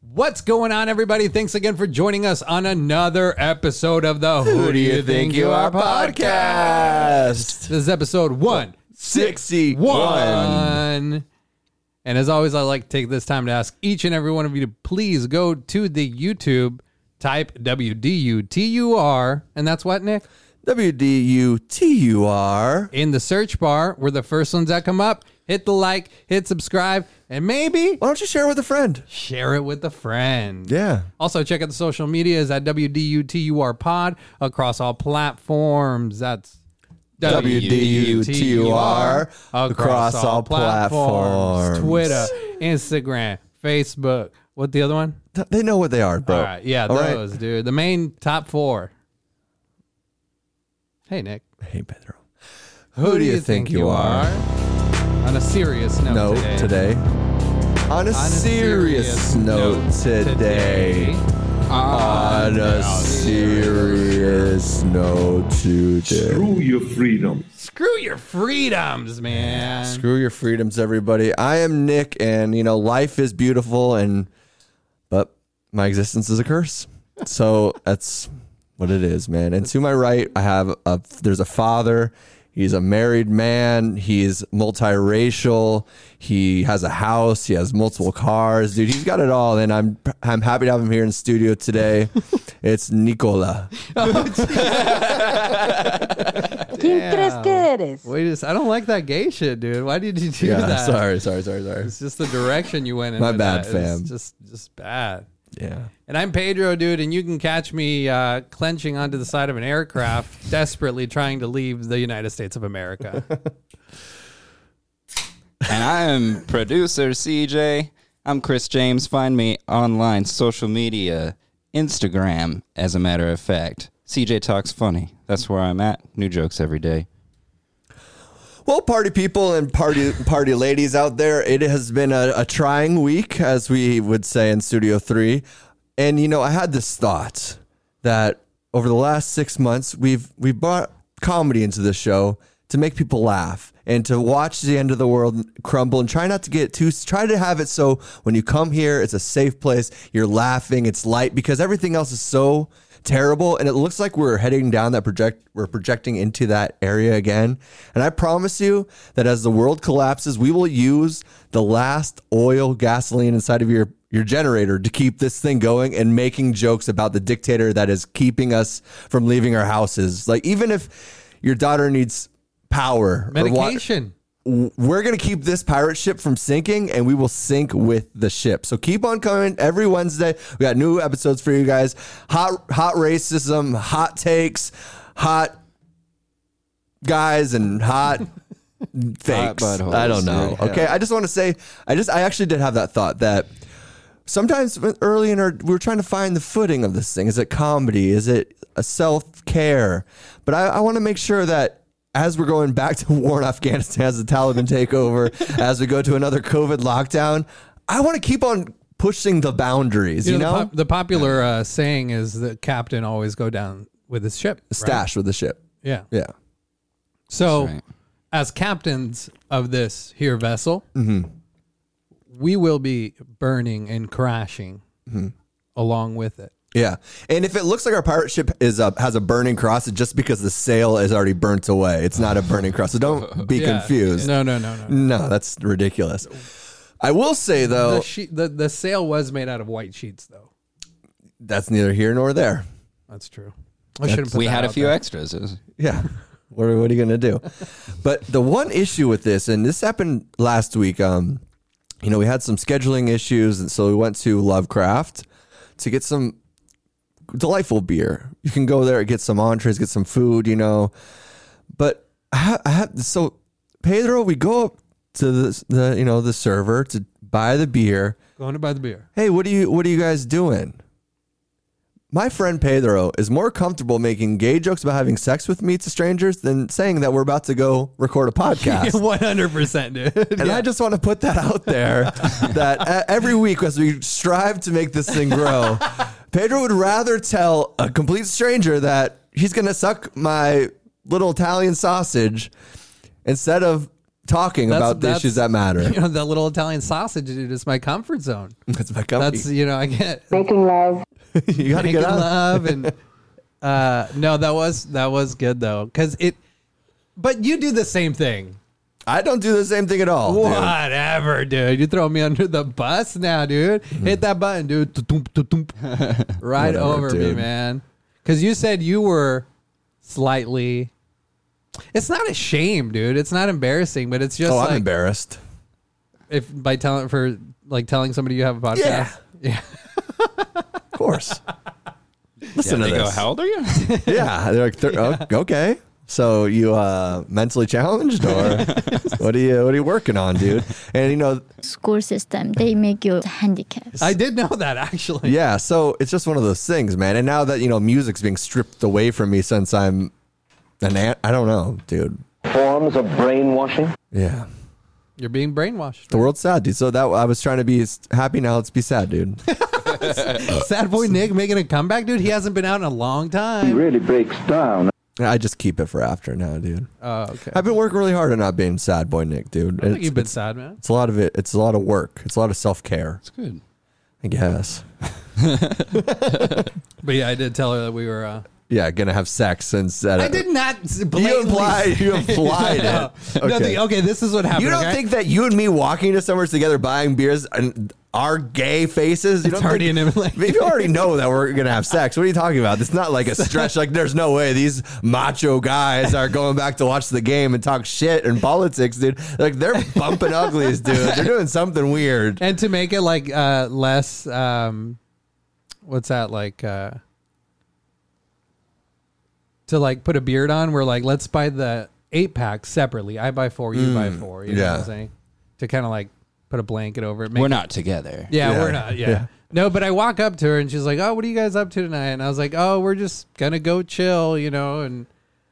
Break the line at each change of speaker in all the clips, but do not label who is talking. What's going on, everybody? Thanks again for joining us on another episode of the Who,
Who do you think you are podcast?
This is episode 161. And as always, I like to take this time to ask each and every one of you to please go to the YouTube, type W D U T U R, and that's what, Nick?
W D U T U R.
In the search bar, we're the first ones that come up. Hit the like, hit subscribe, and maybe
Why don't you share with a friend?
share it with a friend.
Yeah.
Also, check out the social medias at WDUTUR Pod across all platforms. That's
WDUTUR across all platforms.
Twitter, Instagram, Facebook. What the other one?
Th- They know what they are, bro.
All right, yeah,
All right.
those, dude. The main top four. Hey, Nick.
Hey, Pedro. Who, do you think, you are?
On a serious note,
No,
today.
today. On a,
On a
serious, note, today. On a serious note today.
Screw your freedom.
Screw your freedoms, man.
Screw your freedoms, everybody. I am Nick, and you know life is beautiful, and but my existence is a curse. So that's what it is, man. And to my right, I have a there's a father. He's a married man. He's multiracial. He has a house. He has multiple cars, dude. He's got it all, and I'm I'm happy to have him here in studio today. it's Nicola.
¿Quién crees que eres?
Wait, a s- I don't like that gay shit, dude. Why did you do
Yeah,
that?
sorry, sorry, sorry, sorry.
It's just the direction you went in.
My
with
bad,
that. It's
fam.
Just, just bad.
Yeah.
And I'm Pedro, dude, and you can catch me uh, clenching onto the side of an aircraft, desperately trying to leave the United States of America.
and I'm producer CJ. I'm Chris James. Find me online, social media, Instagram, as a matter of fact. CJ Talks Funny. That's where I'm at. New jokes every day.
Well, party people and party party ladies out there, it has been a, a trying week, as we would say in Studio Three. And you know, I had this thought that over the last six months, we've we brought comedy into the show to make people laugh and to watch the end of the world crumble and try not to get too try to have it so when you come here it's a safe place you're laughing it's light because everything else is so terrible and it looks like we're heading down that project we're projecting into that area again and i promise you that as the world collapses we will use the last oil gasoline inside of your your generator to keep this thing going and making jokes about the dictator that is keeping us from leaving our houses like even if your daughter needs power or wa-
Medication.
we're going to keep this pirate ship from sinking and we will sink with the ship. So keep on coming every Wednesday. We got new episodes for you guys. Hot hot racism, hot takes, hot guys and hot fakes.
buttholes,
I don't know.
yeah.
Okay, I just want to say I just I actually did have that thought that sometimes early in our we were trying to find the footing of this thing is it comedy is it a self-care but i, I want to make sure that as we're going back to war in afghanistan as the taliban take over as we go to another covid lockdown i want to keep on pushing the boundaries you,
You know,
know,
the, pop- the popular uh, saying is the captain always go down with his ship. right?
stash with the ship
Yeah.
yeah
So,
That's right.
as captains of this here vessel,
Mm-hmm.
we will be burning and crashing
Mm-hmm.
along with it.
yeah and if it looks like our pirate ship is up has a burning cross it's just because the sail is already burnt away it's not a burning cross so don't be
Yeah.
confused
No, no, no, no.
no that's ridiculous i will say though
The, she- the the sail was made out of white sheets, though.
that's neither here nor there.
That's true. I shouldn't. Put
we
that
had a
out
few
there.
extras. It was-
Yeah. What are, what are you going to do? But the one issue with this, and this happened last week, um, you know, we had some scheduling issues. And so we went to Lovecraft to get some delightful beer. You can go there, get some entrees, get some food, you know. But I ha- I ha- so Pedro, we go up to the, the, you know, the server to buy the beer.
Going to buy the beer.
hey what are you what are you guys doing my friend pedro is more comfortable making gay jokes about having sex with me to strangers than saying that we're about to go record a podcast
One hundred percent, dude.
And I just want to put that out there that uh, every week, as we strive to make this thing grow, Pedro would rather tell a complete stranger that he's going to suck my little Italian sausage instead of talking
That's-
about the
that's-
issues that matter.
You know, that little Italian sausage, dude, is my comfort zone.
That's my company.
That's, you know, I get
Making love.
you got to
making
get out.
love and uh no that was that was good though because it but you do the same thing
I don't do the same thing at all. dude.
whatever dude you throw me under the bus now dude hit that button dude Tutump, tutump. right
Whatever,
over me
dude.
man because you said you were slightly it's not a shame dude it's not embarrassing but it's just
Oh, I'm
like
embarrassed.
if by telling for like telling somebody you have a podcast
Yeah.
yeah.
Of course. Listen
they
to
go,
this.
how old are you?
yeah, they're like, thir- oh, okay. So you uh, mentally challenged, or what are you? What are you working on, dude? And you know,
school system, they make you handicapped.
i did know that actually
yeah. So it's just one of those things, man. And now that you know, music's being stripped away from me since I'm an, an- I don't know, dude.
forms of brainwashing.
Yeah,
you're being brainwashed
the world's sad, dude. So that I was trying to be s- happy. Now let's be sad, dude.
Sad boy Nick making a comeback, dude. He hasn't been out in a long time.
Really breaks down.
I just keep it for after now, dude.
Oh, okay. I
I've been working really hard on not being sad, boy, Nick, dude.
think
It's,
you've been sad, man.
it's a lot of it. It's a lot of work. It's a lot of self care.
It's good.
I guess.
But yeah, I did tell her that we were. Uh,
Yeah, gonna have sex instead.
I
of-
did not. s-
You
Blatantly.
implied. You implied
No,
it.
okay. Nothing. Okay, this is what happened.
You don't
okay?
think that you and me walking to somewhere together buying beers and our gay faces? You
It's
don't
already
think,
in him, like-
you already know that we're gonna have sex. What are you talking about? It's not like a stretch. Like there's no way these macho guys are going back to watch the game and talk shit and politics, dude. Like they're bumping uglies, dude. They're doing something weird.
And to make it like uh, less, um, what's that like? Uh, to like put a beard on, we're like, let's buy the eight pack separately. I buy four, you buy four. You know what
Hmm. yeah.
I'm saying? To kind of like put a blanket over it. Make
We're not together.
Yeah,
Yeah.
we're not. Yeah.
Yeah.
No, but I walk up to her and she's like, "Oh, what are you guys up to tonight?" And I was like, "Oh, we're just gonna go chill," you know. And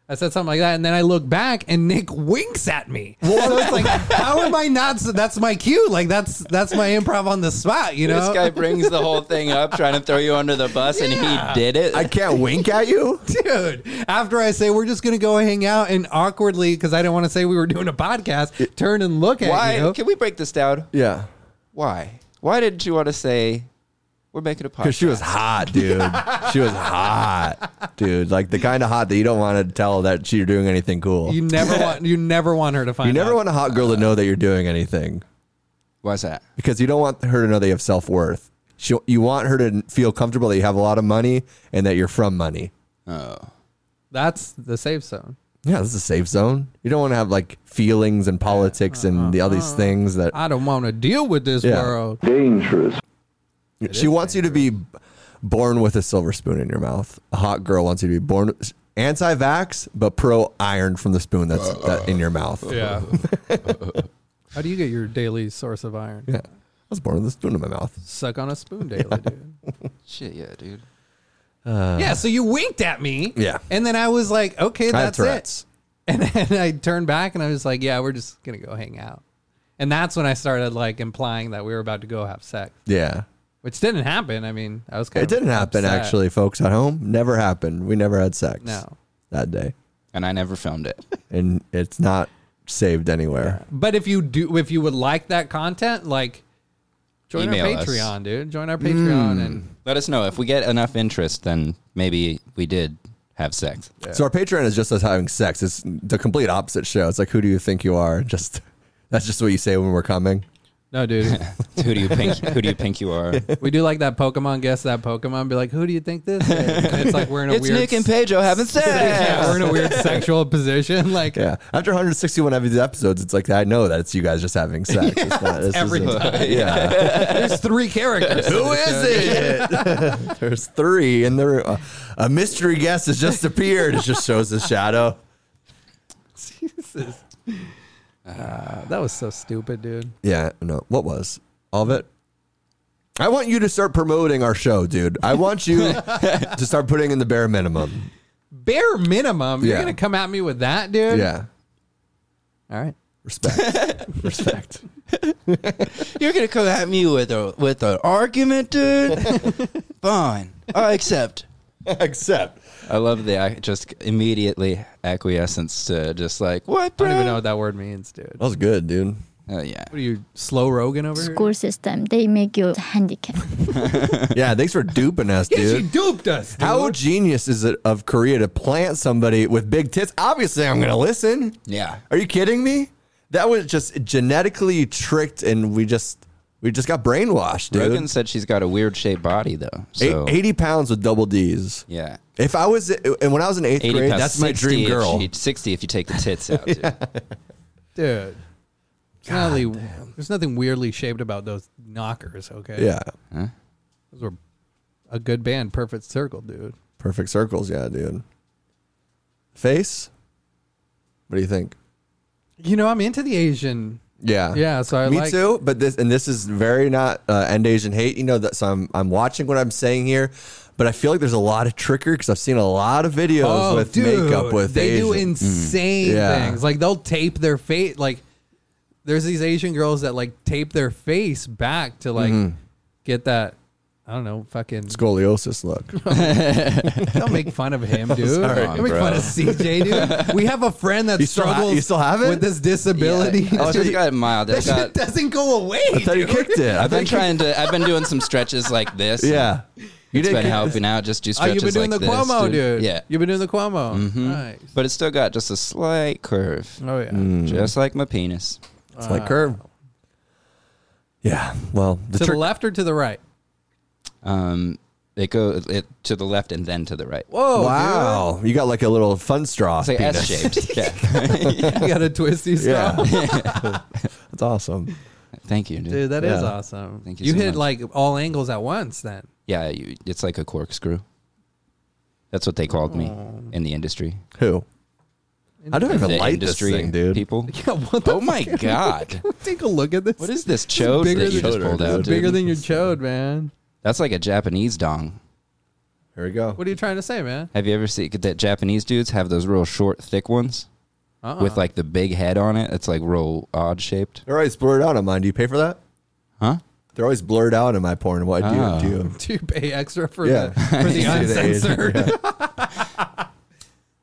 I said something like that, and then I look back and Nick winks at me. So it's like, how am I not? So that's my cue. Like that's that's my improv on the spot. You know.
This guy brings the whole thing up, trying to throw you under the bus, and he did it.
I can't wink at you.
Dude, after I say we're just gonna go hang out and awkwardly because I don't want to say we were doing a podcast, turn and look at
Why?
you.
Can we break this down?
Yeah,
Why? Why didn't you want to say we're making a podcast?
because she was hot, dude. she was hot, dude. Like the kind of hot that you don't want to tell that you're doing anything cool.
You never want you never want her to find.
You never
out.
want a hot girl to know that you're doing anything
Why's that?
because you don't want her to know they have self worth. You want her to feel comfortable that you have a lot of money and that you're from money.
Oh,
That's the safe zone.
Yeah, this is a safe zone. You don't want to have like feelings and politics and the, all these things that
I don't want to deal with this
Yeah.
world.
Dangerous.
she wants you to be b- born with a silver spoon in your mouth. A hot girl wants you to be born anti-vax but pro iron from the spoon that's that in your mouth.
Yeah. How do you get your daily source of iron?
yeah, I was born with a spoon in my mouth.
Suck on a spoon daily, dude.
shit, yeah, dude.
yeah, so you winked at me.
Uh-huh. Yeah.
And then I was like, okay,
I have
that's it.
Tourette's.
And then I turned back and I was like, yeah, we're just going to go hang out. And that's when I started like implying that we were about to go have sex,
Yeah.
which didn't happen. I mean, I was kind
It
of
didn't happen,
upset.
actually, folks at home. Never happened. We never had sex.
No.
That day.
And I never filmed it.
And it's not saved anywhere.
But if you do, if you would like that content, like join our
Email us.
Patreon, dude. Join our
Hmm.
Patreon and
Let us know if we get enough interest, then maybe we did have sex.
So our Patreon is just us having sex. It's the complete opposite show. It's like, who do you think you are? Just that's just what you say when we're coming.
no, dude.
who do you pink? Who do you pink you are?
We do like that Pokemon guess that Pokemon. Be like, who do you think this is? And it's like we're in a weird.
Pedro having sex.
yeah, we're in a weird sexual position. Like
Yeah. After 161 of these episodes, it's like I know that it's you guys just having sex. it's not, this
every
isn't-
time.
Yeah.
there's three characters.
who is it? There's three, and there uh, a mystery guest has just appeared. It just shows his shadow.
Jesus. that was so stupid, dude.
Yeah, no. What was all of it? I want you to start promoting our show, dude. I want you to start putting in the bare minimum.
Bare minimum. You're
Yeah.
gonna come at me with that, dude.
Yeah,
All right.
respect, respect.
You're gonna come at me with a with an argument, dude. Fine, I accept.
Except
I love the ac- just immediately acquiescence to just like what,
I
bro?
don't even know what that word means, dude.
that was good, dude.
Oh, yeah.
What are you, slow Rogan over here?
School system, they make you handicap.
Yeah, thanks for duping us,
Yeah, she
dude.
duped us. Dude.
How genius is it of Korea to plant somebody with big tits? Obviously, I'm gonna listen.
Yeah.
Are you kidding me? That was just genetically tricked, and we just we just got brainwashed, dude.
Rogan said she's got a weird shaped body though.
Eight-
So
80 pounds with double D's.
yeah.
If I was, and when I was in eighth
80
grade,
pounds.
that's my
60
dream
if
girl.
you- 60 if you take the tits out. dude.
dude. It's not really- there's nothing weirdly shaped about those knockers, okay?
Yeah,
Those were a good band, Perfect Circle, dude.
perfect circles. Yeah, dude. Face. What do you think?
You know, I'm into the Asian.
Yeah,
Yeah, so I
me
like-
too. But this and this is very not uh, end Asian hate. You know that. So I'm I'm watching what I'm saying here, but I feel like there's a lot of trickery because I've seen a lot of videos with makeup with
Oh, they do
Asian- Mm.
insane
Yeah.
things. Like they'll tape their face. Like there's these Asian girls that like tape their face back to like
Mm-hmm.
get that. I don't know, fucking.
scoliosis look.
Don't make fun of him, dude. Don't make
bro.
fun of CJ, dude. We have a friend that
You still ha-
struggles.
you still have it?
with this disability.
Yeah. Oh, I just got it mild. I
that shit
got,
doesn't go away.
I thought you
dude.
kicked it. I
I've been
think.
trying to. I've been doing some stretches like this.
Yeah, you
it's
didn't.
been
kick-
helping out. Just do
Oh, you've
stretches
been doing
like
the
this,
Cuomo, dude.
Yeah,
You've been doing the Cuomo.
Mm-hmm.
Nice.
but it's still got just a slight curve,
Oh yeah.
Mm.
just like my penis.
It's my curve. Yeah. Well,
To
the
the
trick.
left or to the right?
Um, it go it to the left and then to the right.
Whoa!
wow, you got like a little fun straw.
It's like
penis.
S shaped. Yeah.
dude. You got a twisty straw.
Yeah, that's awesome.
Thank you, dude.
Dude, that is
Yeah.
awesome.
Thank you
You
so
hit
much.
like all angles at once then.
yeah, you, it's like a corkscrew. That's what they called me in the industry.
Who? I don't even
the
like this
industry
thing, dude.
People.
Yeah, what the
Oh my god.
Take a look at this.
What is this chode
bigger
that you
than-
just pulled out?
It's bigger
dude?
than your chode, man.
That's like a Japanese dong.
Here we go.
What are you trying to say, man?
Have you ever seen that Japanese dudes have those real short, thick ones
Uh-uh.
with like the big head on it? It's like real odd shaped.
They're always blurred out on mine. Do you pay for that?
Huh?
They're always blurred out in my porn. What do
Oh.
you do?
do you pay extra for
Yeah.
the for the
Yeah, the Asian-
uncensored?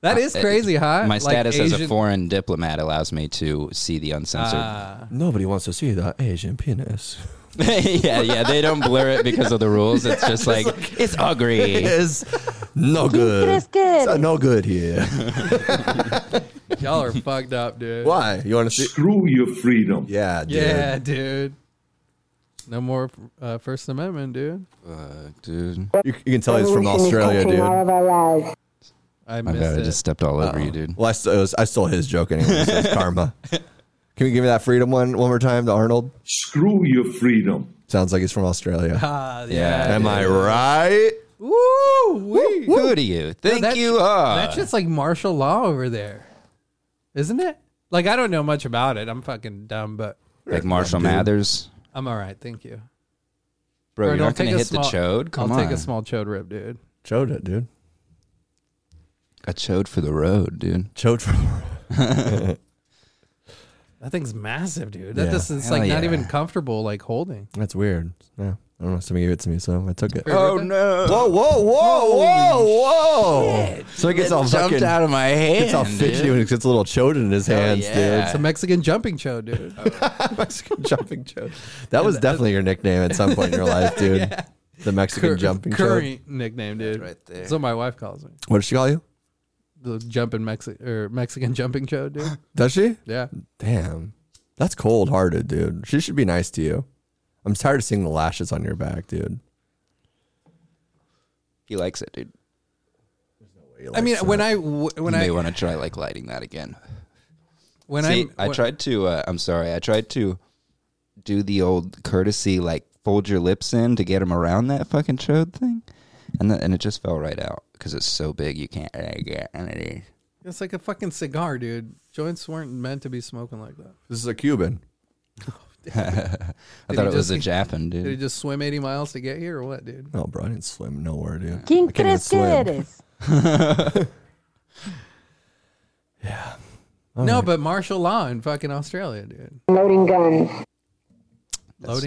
that is crazy, huh?
My
Like
status as a
Asian-
foreign diplomat allows me to see the uncensored.
Ah.
Nobody wants to see that Asian penis.
yeah, yeah. They don't blur it because of the rules. It's just like, it's ugly.
It's no good.
crees que
It's
eres?
no good here.
y'all are fucked up, dude.
Why? You want to see?
Screw your freedom.
Yeah, dude.
Yeah, dude. No more uh, First Amendment, dude.
Fuck, dude.
You, you can tell Oh, he's from Australia, dude.
I
My
missed
bad. I
it.
just stepped all over you, dude.
Oh. Well, I, st- it was, I stole his joke anyway. So it's karma. Can we give me that freedom one one more time to Arnold?
Screw your freedom.
Sounds like he's from Australia.
Ah,
Yeah.
yeah.
Am I right?
Woo! wee.
Who do you think
that
you uh.
sh-
are?
That's just like martial law over there, isn't it? Like I don't know much about it. I'm fucking dumb, but
like Marshall
Dude.
Mathers.
I'm all right. Thank you.
Bro,
Or
you're
I'll
not going
take
to
a
hit
small-
the chode? Come
I'll
on.
take a small chode rib, dude.
Chode it, dude.
A chode for the road, dude.
Chode from.
That thing's massive, dude. That
Yeah.
just is
Hell
like not
yeah.
even comfortable like holding.
That's weird. Yeah. I don't know. Somebody gave it to me, so I took it.
Oh,
no.
Whoa, whoa, whoa, whoa, whoa. Oh. So it gets all
jumped
fucking,
out of my hand.
gets all fidgety when
dude. Oh,
it gets a little chode in his hands,
yeah.
It's a Mexican jumping chode, dude.
dude. Mexican jumping chode. That was definitely your nickname at some point in your life, dude. The Mexican
Cur-
jumping chode.
curry nickname, dude.
right there.
That's what my wife calls me.
What does she call you?
The jumping Mexican or Mexican jumping chode, dude.
Does she?
Yeah.
Damn. That's cold hearted, dude. She should be nice to you. I'm tired of seeing the lashes on your back, dude.
He likes it, dude.
I mean, when I w- when
you
I
may want to try like lighting that again.
when
See,
I'm,
I
when-
tried to. Uh, I'm sorry. I tried to do the old courtesy, like fold your lips in to get him around that fucking chode thing, and the, and it just fell right out because it's so big you can't.
It's like a fucking cigar, dude. Joints weren't meant to be smoking like that.
This is a Cuban.
I
Did
thought
he
it was
just-
a Japan
Did he
Mm.
dude.
just swim 80 miles to get here or what, dude?
No, Oh, bro, I didn't swim nowhere, dude.
¿Quién
I can't even
crees que
swim.
eres?
no, but martial law in fucking Australia, dude.
That's what
Loading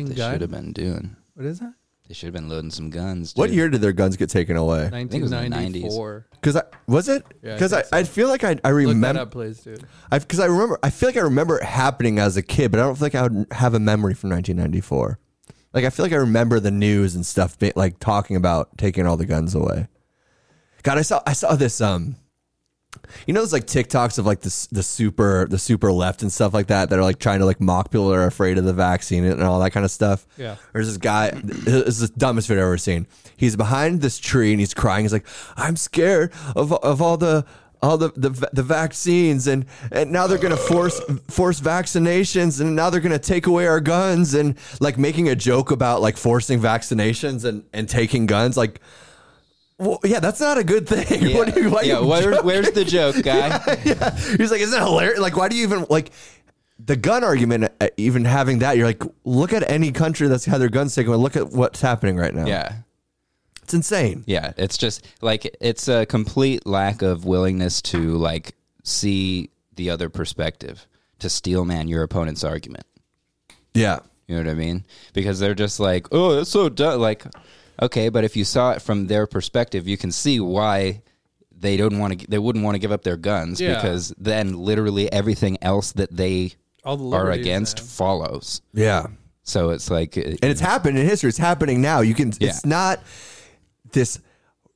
they
gun?
should have been doing.
What is that?
They should have been loading some guns.
What
dude.
year did their guns get taken away?
it was the
1994.
Because I was it?
Yeah, I
Because I,
think
I, feel like I I
Look that
remember
up, please, dude.
because I, remember I feel like I remember it happening as a kid, but I don't feel like I would have a memory from 1994. Like I feel like I remember the news and stuff, be- like talking about taking all the guns away. God, I saw I saw this um. You know those like TikToks of like the s- the super the super left and stuff like that that are like trying to like mock people that are afraid of the vaccine and all that kind of stuff.
Yeah.
There's this guy. This is the dumbest video I've ever seen. He's behind this tree and he's crying. He's like, "I'm scared of of all the." All the, the va- the vaccines and, and now they're gonna force force vaccinations and now they're gonna take away our guns and like making a joke about like forcing vaccinations and, and taking guns like well, yeah that's not a good thing.
Yeah,
what do you, why
yeah,
are you
where-
joking?
where's the joke, guy?
yeah. He's like, isn't it hilarious? Like, why do you even like the gun argument? uh, Even having that, you're like, look at any country that's had their guns taken. away. Look at what's happening right now.
Yeah.
it's insane.
Yeah, it's just like it's a complete lack of willingness to like see the other perspective to steel man your opponent's argument.
Yeah,
You know what I mean? Because they're just like, oh, that's so dumb. Like, okay, but if you saw it from their perspective, you can see why they don't want to. They wouldn't want to give up their guns
Yeah.
because then literally everything else that they
All the
are
liberties,
against
man.
follows.
yeah.
So it's like uh, it-
And it's happened in history. It's happening now. You can.
Yeah.
It's not this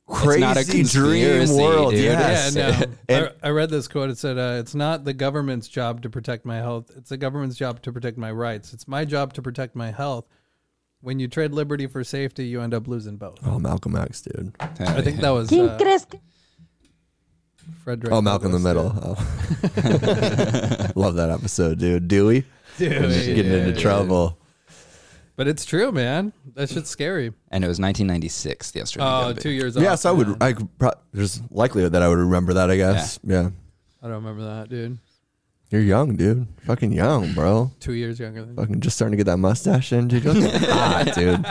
crazy
not a
dream
conspiracy,
world.
dude.
Yes.
Yeah, no.
And-
I, I read this quote. It said, uh, "It's not the government's job to protect my health. It's the government's job to protect my rights. It's my job to protect my health. When you trade liberty for safety, you end up losing both."
Oh, Malcolm X, dude.
I think that was
¿Quién
uh,
crees que
Frederick.
Oh, Malcolm in
Douglass,
the Middle. Oh. Love that episode, dude. Dewey
dude. Dude,
getting
yeah.
into trouble.
But it's true, man. That shit's scary.
and it was 1996 yesterday.
Oh, two years off.
Yeah, so I
man.
would. I could pro- there's likelihood that I would remember that. I guess. yeah.
I don't remember that, dude.
You're young, dude. Fucking young, bro.
Two years younger than
Fucking just starting to get that mustache in, dude. You look hot, dude.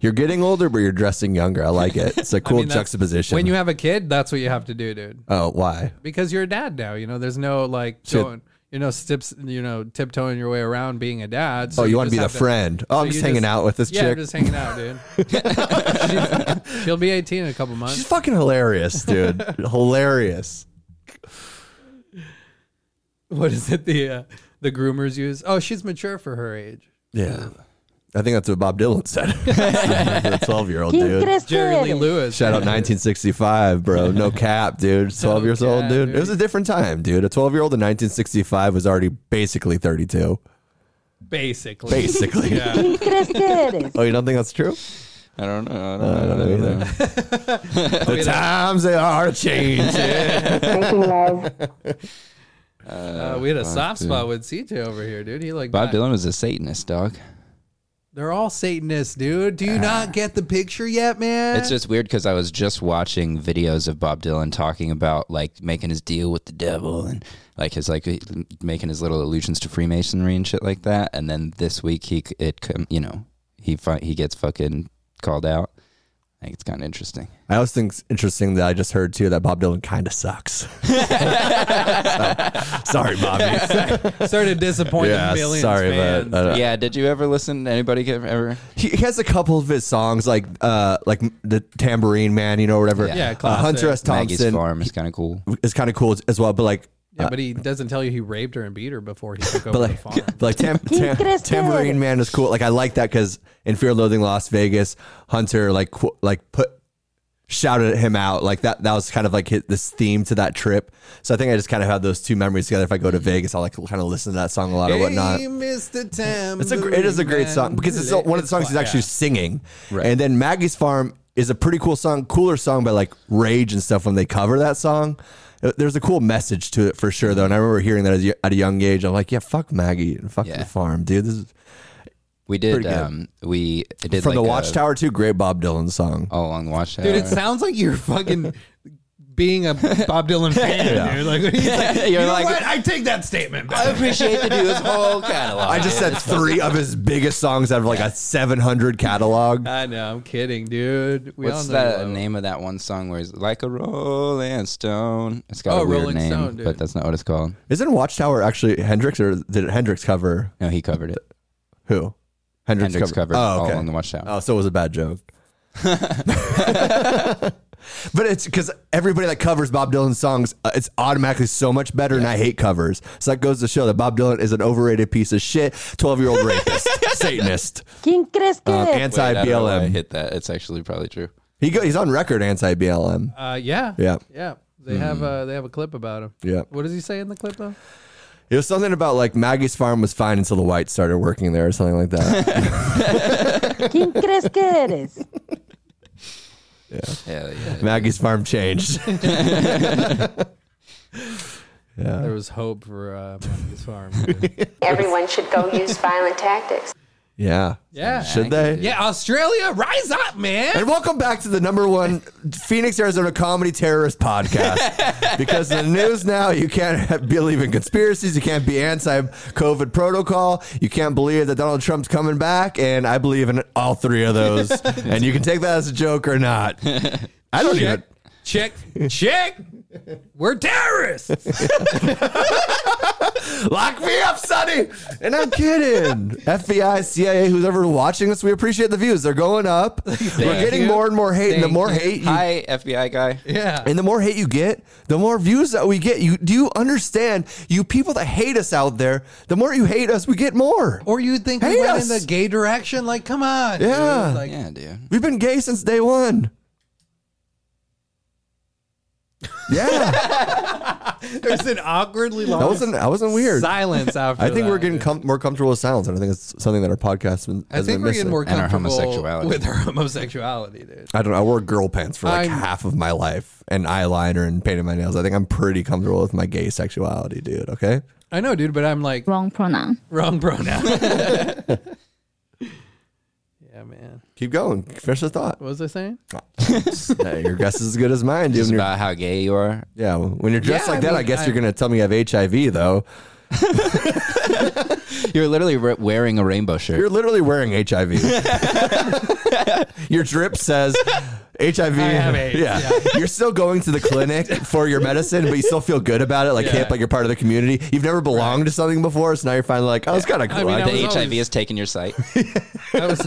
You're getting older, but you're dressing younger. I like it. It's a cool
mean, that's-
juxtaposition.
When you have a kid, that's what you have to do, dude.
oh, why?
Because you're a dad now. You know, there's no like
Shit.
going, you know, steps, you know, tiptoeing your way around being a dad. so
oh, you, want
just
to be the
have
friend? Oh, I'm
so
just
you
hanging out with this
yeah,
chick.
I'm just hanging out, dude. She's- she'll be 18 in a couple months.
She's fucking hilarious, dude. hilarious.
what is it the uh, the groomers use? Oh, she's mature for her age.
Yeah. I think that's what Bob Dylan said. the 12 year old
¿Quién
dude.
crees que
Jerry Lee
eres?
Lewis.
Shout out 1965, bro. No cap, dude. 12 years old,
cap,
dude. It
dude.
was a different time, dude. A 12 year old in 1965 was already basically 32.
basically.
Basically.
Yeah.
¿Quién crees que eres?
Oh, you don't think that's true?
I don't know. I don't
I
know.
don't know either. the times they are changing.
Making love.
Uh, we had a soft
dude.
spot with CJ over here, dude. He like
Bob
got-
Dylan was a Satanist, dog.
They're all Satanists, dude. Do you not get the picture yet, man?
It's just weird because I was just watching videos of Bob Dylan talking about like making his deal with the devil and like his like making his little allusions to Freemasonry and shit like that. And then this week he c- it come- you know he fi- he gets fucking called out. I think it's kind of interesting.
I always think it's interesting that I just heard too that Bob Dylan kind of sucks. sorry, Bobby.
started disappointing
yeah,
millions
sorry,
fans.
but I don't-
yeah, did you ever listen? Anybody get ever?
he he has a couple of his songs like uh like the Tambourine Man, you know, whatever.
Yeah.
Yeah,
uh,
classic.
Hunter S.
Maggie's
Thompson
Farm is kind of cool.
is kind of cool as- as well, but like.
yeah, but he doesn't tell you he raped her and beat her before he took over
But
the
like,
farm.
but like tam- tam-
crees que eres?
Tambourine Man is cool. Like I like that because in Fear and Loathing Las Vegas, Hunter like qu- like put shouted him out like that. That was kind of like his, this theme to that trip. So I think I just kind of had those two memories together. If I go to Vegas, I'll like kind of listen to that song a lot or whatnot.
Hey, Mr. Tam.
It's a gr- it is a great song because it's one of the songs he's actually singing. And then Maggie's Farm is a pretty cool song, cooler song by like Rage and stuff when they cover that song. Uh, There's a cool message to it for sure though, and I remember hearing that as y- at a young age. I'm like, yeah, fuck Maggie and fuck
Yeah.
the farm, dude. This is
We
Pretty
did.
good.
Um, we did
from
like
the
a- Oh,
Watchtower too. Great Bob Dylan song.
All along the Watchtower.
Dude, it sounds like you're fucking being a Bob Dylan fan, dude. Like, he's like,
You're
you know
like-
what? I take that statement back.
I appreciate the dude's whole catalog.
I just said three of his biggest songs out of like a 700 catalog.
I know. I'm kidding, dude. We
What's
all know
the
you love
name of that one song where it's like a rolling stone? It's got
Oh,
a weird
Rolling
name,
Stone, dude.
but that's not what it's called.
Isn't Watchtower actually Hendrix or did Hendrix cover
No, he covered it.
who? Hendrix,
Hendrix
covered.
covered
Oh,
All
okay.
on the Watchtower.
Oh, so it was a bad joke. but it's because everybody that covers Bob Dylan's songs, uh, it's automatically so much better, and I hate covers. So that goes to show that Bob Dylan is an overrated piece of shit, twelve-year-old rapist, Satanist, uh,
¿Quién crees que
um,
eres?
Wait, I don't know why I
anti-BLM.
hit that. It's actually probably true.
He go, he's on record anti-BLM.
Uh, yeah.
Yeah. Hmm.
Yeah. They have a they have a clip about him.
Yeah.
What does he say in the clip though?
It was something about like Maggie's farm was fine until the whites started working there, or something like that.
¿Quién crees que eres?
Yeah, yeah.
Maggie's farm changed.
There was hope for uh, his farm.
Everyone should go use violent tactics.
yeah.
yeah.
Should they?
Yeah, Australia, rise up, man.
And welcome back to the number one Phoenix, Arizona comedy terrorist podcast. because in the news now, you can't have- believe in conspiracies. You can't be anti COVID protocol. You can't believe that Donald Trump's coming back. And I believe in all three of those. and you can take that as a joke or not. I don't even.
Check, check. We're terrorists.
Lock me up, Sonny. And I'm kidding. FBI, CIA, who's ever watching this, we appreciate the views. They're going up. We're getting
you.
more and more hate. and the
Thank
more
you.
hate you
Hi, FBI guy.
Yeah.
And the more hate you get, the more views that we get. You do you understand? You people that hate us out there, the more you hate us, we get more.
Or you'd think
Hate
we went
us.
in the gay direction? Like, come on.
Yeah.
dude. Like,
Yeah, dude.
We've been gay since day one. Yeah,
there's an awkwardly long
that wasn't that wasn't weird.
silence after.
I think
that,
we're getting
dude.
com- more comfortable with silence, and I think it's something that our podcast has been,
I
has
think
been
we're
missing.
getting more
And our
comfortable
homosexuality.
with our homosexuality, dude.
I don't know. I wore girl pants for like
I'm-
half of my life and eyeliner and painted my nails. I think I'm pretty comfortable with my gay sexuality, dude. Okay.
I know, dude, but I'm like
Wrong pronoun.
wrong pronoun. yeah, man.
Keep going. Finish the thought.
What was I saying?
Hey, your guess is as good as mine, dude.
Just
when you're-
about how gay you are.
Yeah, well, when you're dressed
Yeah,
like
I
that, I
mean,
guess
I-
you're gonna tell me you have HIV, though.
You're literally re- wearing a rainbow shirt.
You're literally wearing HIV. your drip says HIV.
have AIDS,
Yeah. you're still going to the clinic for your medicine, but you still feel good about it, like
Yeah.
hip, like you're part of the community. You've never belonged to something before, so now you're finally like, oh, it's kind of cool.
mean,
I
I
the
think-
was
HIV
always-
is taking your sight.
I was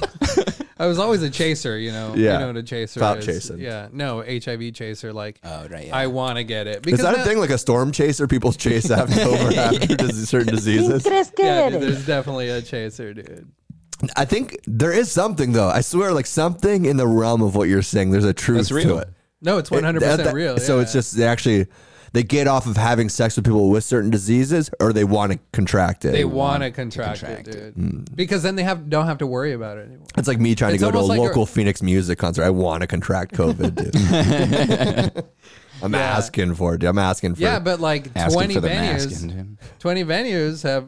I was always a chaser, you know.
Yeah.
You know what a chaser
Clout
is.
chasing.
Yeah. No, HIV chaser, like
Oh, right, yeah.
I wanna get it.
is
Because
that a
now-
thing like a storm chaser? People chase after over after dis- certain
¿Quién
diseases.
crees que
Yeah, dude,
eres?
there's definitely a chaser, dude.
I think there is something though. I swear, like something in the realm of what you're saying. There's a truth
That's real.
to it.
No, it's
It-
one hundred
that-
percent
that-
real.
So
yeah.
it's just they actually they get off of having sex with people with certain diseases, or they want to contract it.
they want to contract,
contract
it, dude.
Mm.
Because then they have don't have to worry about it anymore.
It's like me trying
It's
to go to a
almost like a-
local Phoenix music concert. I want to contract COVID, dude. I'm asking for it. Dude. I'm asking for
Yeah,
it.
but like
Asking
twenty
for the
venues,
masking, dude.
twenty venues have,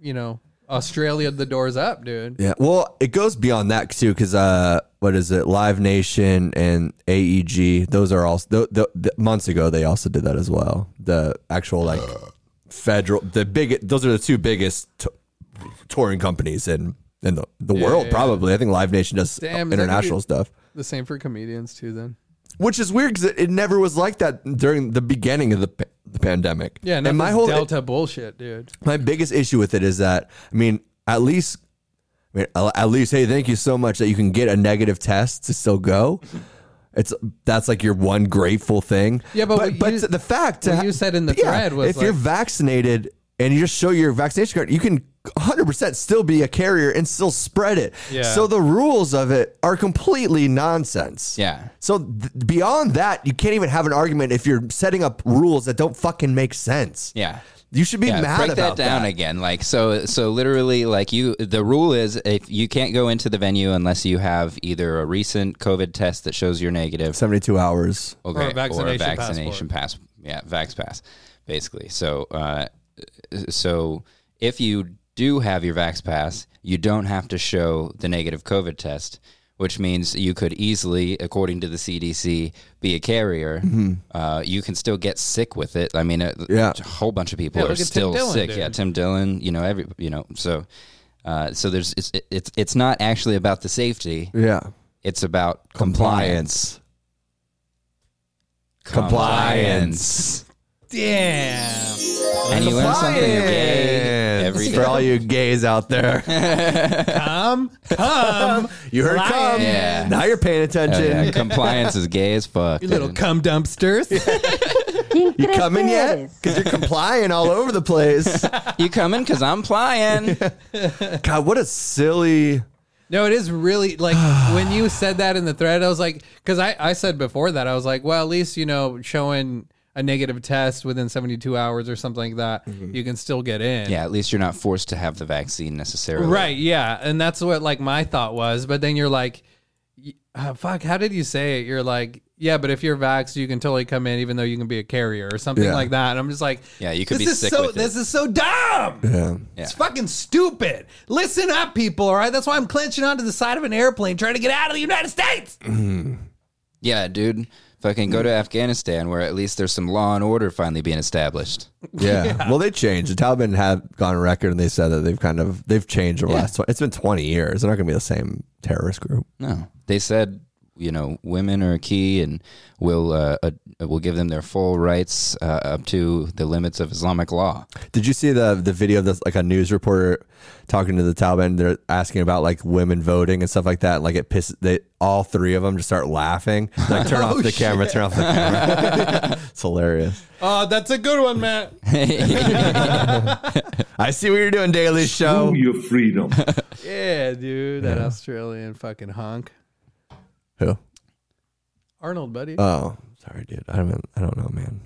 you know, Australia the doors up, dude.
Yeah. Well, it goes beyond that too, because uh, what is it? Live Nation and AEG. Those are all th- th- th- months ago. They also did that as well. The actual like federal, the big. Those are the two biggest t- touring companies in in the, the world. Probably, I think Live Nation does
Damn, is that
international
gonna
stuff,
The same for comedians too. Then
which is weird because it, it never was like that during the beginning of the, pa- the pandemic.
yeah,
and my whole
Delta bullshit, dude.
my biggest issue with it is that I mean, at least, I mean, at at least, hey, thank you so much that you can get a negative test to still go. It's that's like your one grateful thing.
Yeah, but
but,
what
but
you-
the fact to
what
ha-
you said in the thread was
if you're
like-
vaccinated and you just show your vaccination card, you can 100% still be a carrier and still spread it.
Yeah.
So the rules of it are completely nonsense.
Yeah.
So th- beyond that, you can't even have an argument if you're setting up rules that don't fucking make sense.
Yeah.
You should be
Yeah,
mad
break
about
that down again. Like so, so literally, like you, the rule is if you can't go into the venue unless you have either a recent COVID test that shows you're negative,
72 hours.
okay,
vaccination
vaccination pass, yeah, vax pass, basically. So, uh, so if you do have your vax pass, you don't have to show the negative COVID test, which means you could easily, according to the CDC, be a carrier. Uh, you can still get sick with it. I mean, a,
Yeah.
a whole bunch of people
Yeah,
are
look at Tim
still
Dillon,
sick.
dude.
Yeah, Tim Dillon. You know, every you know, so. Uh, so there's it's, it's it's not actually about the safety.
Yeah.
It's about
Compliance.
Compliance.
Damn.
And you learn something every day,
Compliance.
every
For
day.
all you gays out there,
Come, come,
you heard come.
Yeah.
Now you're paying
Oh,
attention.
yeah. Compliance is gay as fuck.
you little
dude.
cum dumpsters.
¿Quién
You
crees
coming
que
yet?
eres?
Because you're complying all over the place.
You coming? Cause I'm plying.
God, what a silly.
No, it is really like when you said that in the thread, I was like, because I, I said before that, I was like, well, at least, you know, showing a negative test within 72 hours or something like that,
Mm-hmm.
you can still get in.
yeah, at least you're not forced to have the vaccine necessarily.
Right. Yeah. And that's what like my thought was. But then you're like, y- uh, fuck, how did you say it? You're like, yeah, but if you're vaxxed, you can totally come in even though you can be a carrier or something
Yeah.
like that. And I'm just like,
Yeah, you could
this
be
is
sick
so,
with it.
This is so dumb. Yeah. It's fucking stupid. Listen up, people. All right. That's why I'm clenching onto the side of an airplane trying to get out of the United States.
Yeah, dude. Fucking go to Afghanistan where at least there's some law and order finally being established.
Yeah. Well, they changed. The Taliban have gone on record, and they said that they've kind of they've changed over the last. 20, it's been 20 years. They're not going to be the same terrorist group.
No, they said you know women are key, and we'll uh, uh, we'll give them their full rights uh, up to the limits of Islamic law.
Did you see the the video of this like a news reporter talking to the Taliban? They're asking about like women voting and stuff like that. And, like it pisses they all three of them just start laughing. Like turn off the camera, turn off the camera. it's hilarious.
Oh, that's a good one, Matt.
I see what you're doing, Daily Show.
Rue your freedom.
yeah, dude. That Australian fucking honk.
Who?
Arnold, buddy.
Oh, sorry, dude. I don't I don't know, man.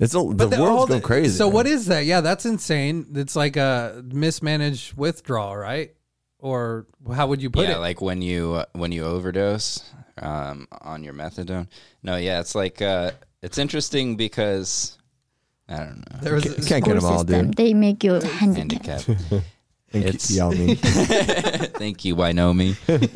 It's a, the,
that- all
world's going
the-
crazy.
So
man.
what is that? Yeah, that's insane. It's like a mismanaged withdrawal, right? Or how would you put
yeah,
it?
like when you uh, when you overdose um, on your methadone. No, yeah, it's like uh, it's interesting because I don't know
there was
Can't- can't get them all,
Them,
dude.
they make you handicapped.
handicap.
And keep
it's-
yelling me.
Thank you, Wynomi.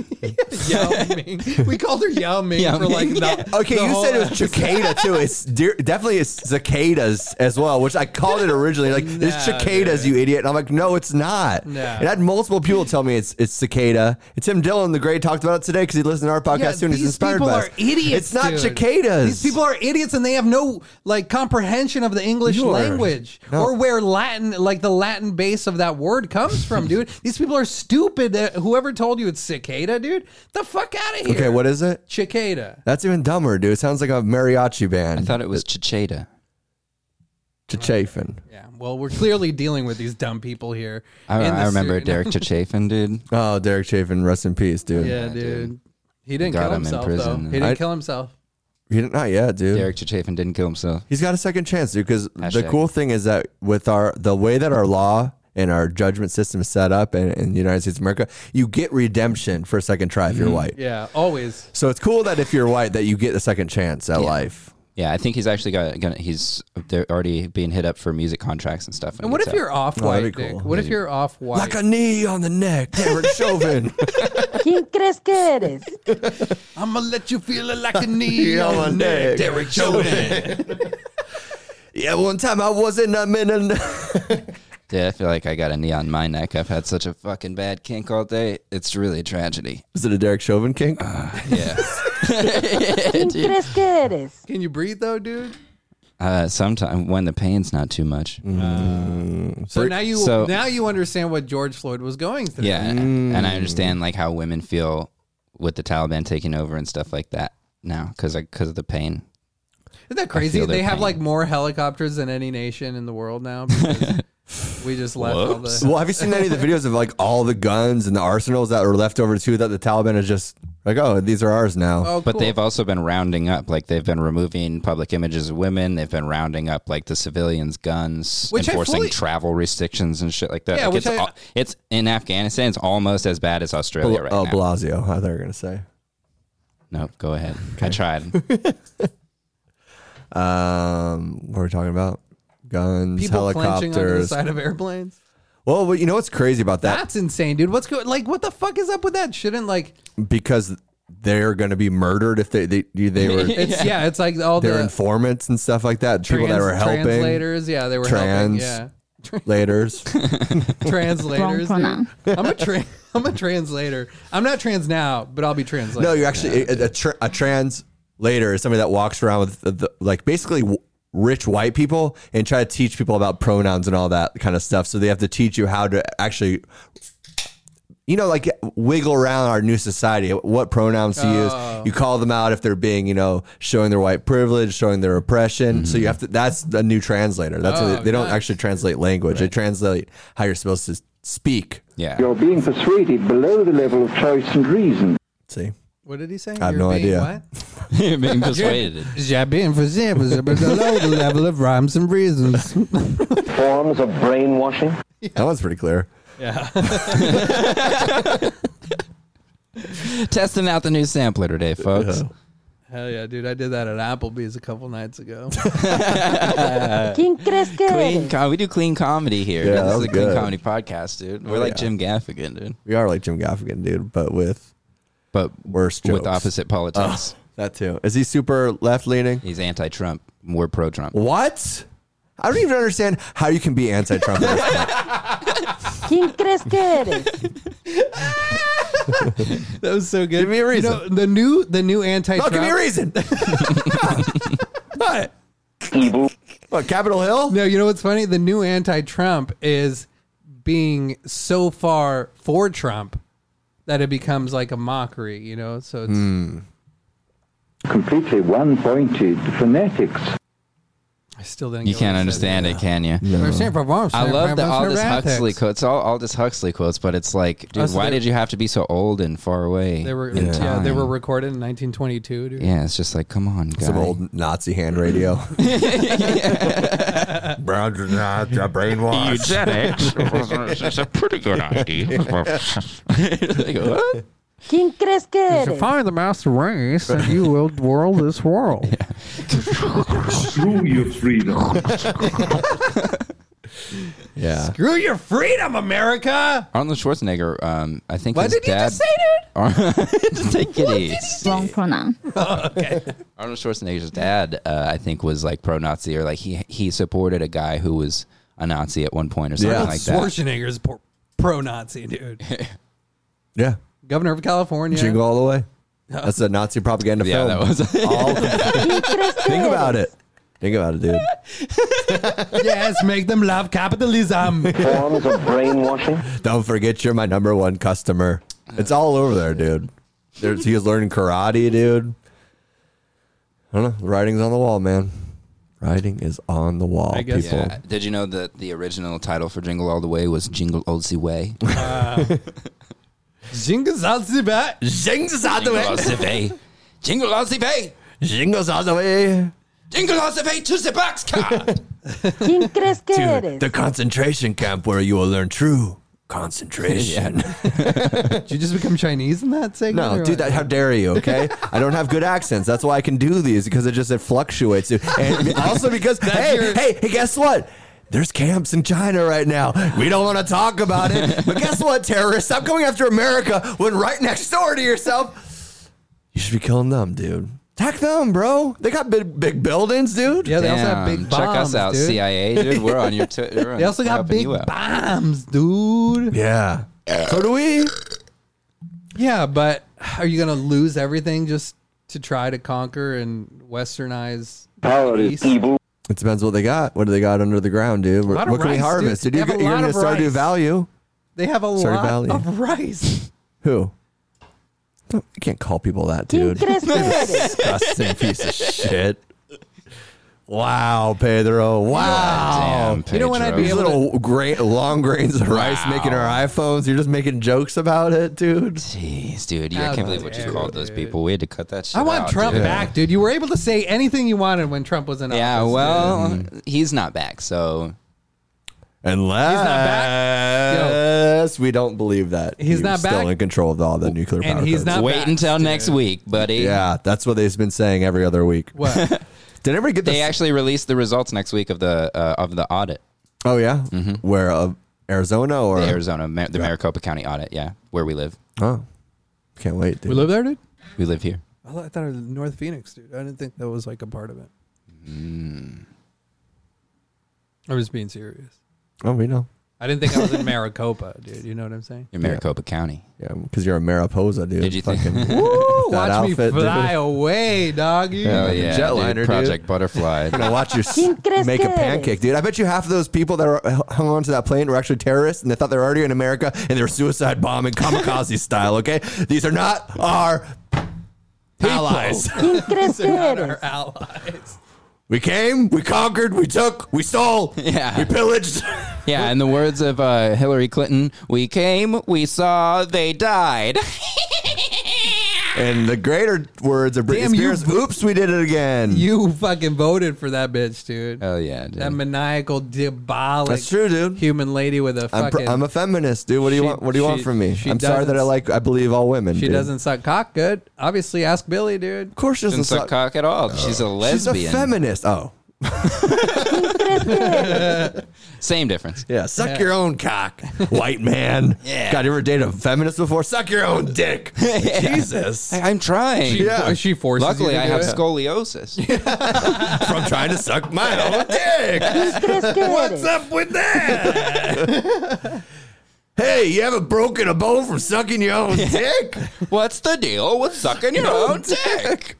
Yao Ming. We called her Yao Ming
Yao
for like
Ming.
the,
Okay,
the
you
whole-
said it was cicada too. It's deer, definitely it's cicadas as well, which I called it originally. Like it's
Nah,
cicadas, you idiot. And I'm like, no, it's not.
Nah.
And I had multiple people tell me it's it's cicada. And Tim Dillon, the great, talked about it today because he listened to our podcast
Yeah,
too, and he's
these
inspired
people
by
are
us.
idiots.
It's not
dude.
cicadas.
uh, These people are idiots, and they have no like comprehension of the English
You are-
language
no.
or where Latin, like the Latin base of that word, comes from, dude. These people are stupid. Uh, Whoever told you it's cicada, dude, the fuck out of here.
okay. What is it?
cicada?
That's even dumber, dude. It sounds like a mariachi band.
I thought it was Chicheda.
chichafin.
Yeah, well, we're clearly dealing with these dumb people here.
I,
in the
I remember
studio.
Derek Chichafin, dude.
Oh, Derek Chafin, rest in peace, dude.
Yeah, dude. He didn't
Got
kill
him in
himself though.
prison.
He didn't
I-
kill himself.
He didn't, not yet, dude.
Derek Chichafin didn't kill himself.
He's got a second chance, dude. Because the
Hashtag.
cool thing is that with our the way that our law and our judgment system is set up in, in the United States of America, you get redemption for a second try if you're
Mm-hmm.
white.
Yeah, always.
So it's cool that if you're white, that you get a second chance at life.
Yeah, I think he's actually got. Gonna, he's they're already being hit up for music contracts and stuff.
And what if you're off white?
Oh, that'd be cool.
What if you're off white?
Like a knee on the neck, Derek Chauvin.
¿Quién crees que eres?
I'm gonna let you feel it like a knee
on
on
the
neck,
neck.
Derek Chauvin.
yeah, one time I wasn't a man. and-
Yeah, I feel like I got a knee on my neck. I've had such a fucking bad kink all day. It's really a tragedy.
Is it a Derek Chauvin kink?
Uh,
Yeah.
¿Quién crees que eres?
Can you breathe though, dude?
uh, Sometimes when the pain's not too much.
So now you
So-
now you understand what George Floyd was going through.
Yeah, and
Mm.
I understand like how women feel with the Taliban taking over and stuff like that now because because of the pain.
Isn't that crazy?
feel their
They have
pain.
like more helicopters than any nation in the world now. Because we just left all the.
Well, have you seen any of the videos of like all the guns and the arsenals that were left over too that the Taliban is just like, oh, these are ours now.
Oh,
But
cool.
they've also been rounding up, like they've been removing public images of women. They've been rounding up like the civilians' guns,
Which I
enforcing
fully-
travel restrictions and shit like that.
Yeah,
like
which
it's,
I-
al- it's in Afghanistan. It's almost as bad as Australia right
oh,
now.
Blasio, I thought you were gonna say.
Nope, go ahead. I tried.
Um, what were we talking about? Guns,
people clenching onto the
helicopters.
side of airplanes.
Well, well, you know what's crazy about that?
That's insane, dude. What's going? Like, what the fuck is up with that? Shouldn't like
because they're going to be murdered if they they, they were
it's yeah. it's like all
their
the
informants and stuff like that. people that
trans-
were helping
translators. Yeah, they were
Trans.
helping.
laters.
Yeah, translators.
Wrong
dude. I'm a tra- I'm a translator. I'm not trans now, but I'll be translator.
no, you're actually a, a, tra- a translator is somebody that walks around with the, the- like basically w- rich white people and try to teach people about pronouns and all that kind of stuff. So they have to teach you how to actually, you know, like wiggle around our new society, what pronouns to use. You call them out if they're being, you know, showing their white privilege, showing their oppression. So you have to, that's the new translator. That's what they, they don't actually translate language, they translate how you're supposed to speak.
Yeah.
You're being persuaded below the level of choice and reason.
See?
What did he say?
I have no idea.
You're being persuaded.
Jabbing for zappers, but below the level of rhymes and reasons.
Forms of brainwashing.
That one's pretty clear.
Testing out the new sampler today, folks.
Hell yeah, dude! I did that at Applebee's a couple nights ago.
¿Quién crees que
Clean
eres?
com- we do clean comedy here.
Yeah,
this
that
is
was
a clean
good. Oh,
comedy podcast, dude. We're like
yeah.
Jim Gaffigan, dude.
We are like Jim Gaffigan, dude, but with
But
worse jokes.
with opposite politics.
That too. Is he super left leaning?
He's anti Trump. We're pro Trump.
What? I don't even understand how you can be anti Trump.
¿Quién crees que eres?
that was so good.
Give me a reason.
You know, the new, the new anti.
no, give me a reason. what?
Evil.
What, Capitol Hill?
No, you know what's funny? The new anti-Trump is being so far for Trump that it becomes like a mockery. You know, so it's
Hmm.
Completely one pointed fanatics.
I still didn't.
You
get
can't
what he said.
understand it, can you? I love the
that
Aldous Huxley quotes, all Aldous Huxley quotes, but it's like, dude,
Oh, so
why
they-
did you have to be so old and far away?
They were
in
yeah. they
time?
were recorded in 1922. Dude.
Yeah, it's just like, come on, guy.
Some old Nazi hand radio. Brown
uh,
brainwash.
Eugenics is a pretty good idea.
Like, what?
¿Quién crees que eres?
Find the master race, and you will world this world.
Through your freedom.
Yeah.
Screw your freedom, America.
Arnold Schwarzenegger, um, I think
What
his
did you
dad.
just say,
just take it easy.
Wrong pronoun.
Arnold Schwarzenegger's dad, uh, I think, was like pro-Nazi or like he he supported a guy who was a Nazi at one point or something
Yeah.
like that.
Schwarzenegger's pro-Nazi dude.
Yeah.
Governor of California.
Jingle all the way. That's a Nazi propaganda
Yeah,
film.
that was.
all
¿Quién crees que
Think
eres?
about it. Think about it, dude.
yes, make them love capitalism.
Forms of brainwashing.
Don't forget you're my number one customer. It's all over there, dude. There's, he was learning karate, dude. I don't know. The writing's on the wall, man. Writing is on the wall,
I guess-
people.
Yeah. Uh, Did you know that the original title for Jingle All the Way was Jingle Old Z Way?
Jingles out the back.
Jingles on the
Jingle All
way.
the Way. Jingle All the Way.
Jingles on the way
Jingle All the Way to the boxcar.
¿Quién crees que
to
eres?
the concentration camp where you will learn true concentration.
Did you just become Chinese in that segment?
No,
or
dude,
what?
that, how dare you? Okay, I don't have good accents. That's why I can do these because it just it fluctuates, and also because hey,
your-
hey, hey, guess what? There's camps in China right now. We don't want to talk about it, but guess what, terrorists? Stop going after America when right next door to yourself. You should be killing them, dude. Attack them, bro. They got big, big buildings, dude.
Yeah, they also have
Damn,
big
check
bombs.
us out,
dude.
CIA, dude. We're on your. T- we're on-
They also
we're
got
helping
big
you out.
bombs, dude.
Yeah. So do we.
Yeah, but are you gonna lose everything just to try to conquer and westernize?
Power is
Peace.
evil.
It depends what they got. What do they got under the ground, dude? What,
lot of
what can
rice,
we
dude.
harvest? Dude,
They
you,
have a
you're
lot
going to
of
start to
rice.
value.
They have a
Sorry,
lot
Valley.
of rice.
Who? Don't, you can't call people that, dude.
¿Quién crees que eres?
Disgusting piece of shit. Wow, Pedro. Wow. Oh,
Damn,
You know when I'd
Pedro.
be
These little gra- long grains of rice making our iPhones. You're just making jokes about it, dude.
Jeez, dude, you-
How
I can't believe what you
dare
called
you,
those
dude.
people. We had to cut that shit
I want
out,
Trump
dude.
back, dude. You were able to say anything you wanted when Trump was in office.
Yeah,
dude.
well, uh, he's not back, so
Unless we don't believe that
He's
he
not
was still
back.
in control of all the nuclear
And
power
he's
plants.
not-
wait
back,
until
dude.
next week, buddy.
Yeah, that's what they've been saying every other week.
What?
Did everybody get
They
this?
actually released the results next week of the uh, of the audit,
oh yeah, where uh, Arizona or
the Arizona, Mar- the Maricopa County audit. Yeah, where we live,
Oh, can't wait. Dude.
we live there, dude.
we live here.
I thought- I thought it was North Phoenix, dude. I didn't think that was like a part of it. Mm. I was being serious.
oh, we know.
I I didn't think I was in Maricopa, dude. You know what I'm saying?
in Maricopa County.
Yeah, because you're a Mariposa, dude.
Did you think-
Fucking-
Woo,
That
watch
outfit,
me
dude.
fly away, dog. You-
Yeah. Fucking jetliner, dude.
Project Butterfly.
gonna watch your
¿Quién crees
make a
que eres?
pancake, dude. I bet you half of those people that are, hung onto that plane were actually terrorists, and they thought they were already in America, and they were suicide bombing kamikaze style. Okay, these are not our allies.
¿Quién crees que eres?
Our allies.
We came, we conquered, we took, we stole,
Yeah.
we pillaged.
yeah, in the words of uh, Hillary Clinton, we came, we saw, they died.
In the greater words of Britney
Damn, you-
Spears, oops, we did it again.
You fucking voted for that bitch, dude.
Hell yeah, dude.
that maniacal, diabolic,
That's true, dude.
human lady with a
I'm,
fucking.
pr- I'm a feminist, dude. What do you
She-
want? What do you
she-
want from me?
she
I'm sorry
doesn't-
that I like, I believe all women.
she
dude.
doesn't suck cock good. Obviously, ask Billy, dude.
Of course, she doesn't
Doesn't suck cock at all.
Oh.
She's a
She's a
lesbian.
feminist. Oh,
Same difference.
Yeah, suck your own cock, white man.
Yeah.
God, you ever dated a feminist before? Suck your own dick. Jesus.
I, I'm trying.
She,
Yeah.
she forces. you
Luckily,
to
I
do
have
it.
scoliosis.
From trying to suck my own dick.
¿Crees que
What's
eres?
up with that? hey, you haven't broken a bone from sucking your own dick?
What's the deal with sucking your own dick?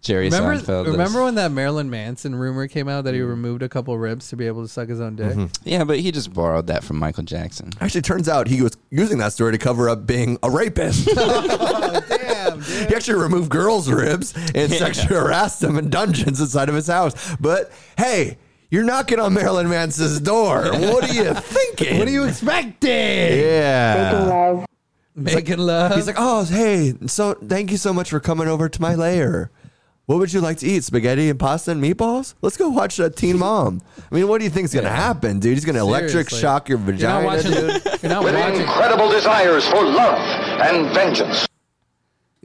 Jerry
Remember,
Seinfeld. is-
remember when that Marilyn Manson rumor came out that he removed a couple ribs to be able to suck his own dick?
Yeah, but he just borrowed that from Michael Jackson.
Actually, turns out he was using that story to cover up being a rapist.
Oh, Damn, dude.
He actually removed girls' ribs and sexually harassed them in dungeons inside of his house. But hey, you're knocking on Marilyn Manson's door. What are you thinking?
What are you expecting?
Yeah.
Love.
Making love.
He's like, oh, hey, so thank you so much for coming over to my lair. What would you like to eat? Spaghetti and pasta and meatballs? Let's go watch uh, Teen Mom. I mean, what do you think's gonna happen, dude? He's gonna electric
Seriously.
shock your
you're not
vagina.
watching.
dude.
You're not watching.
Incredible desires for love and vengeance.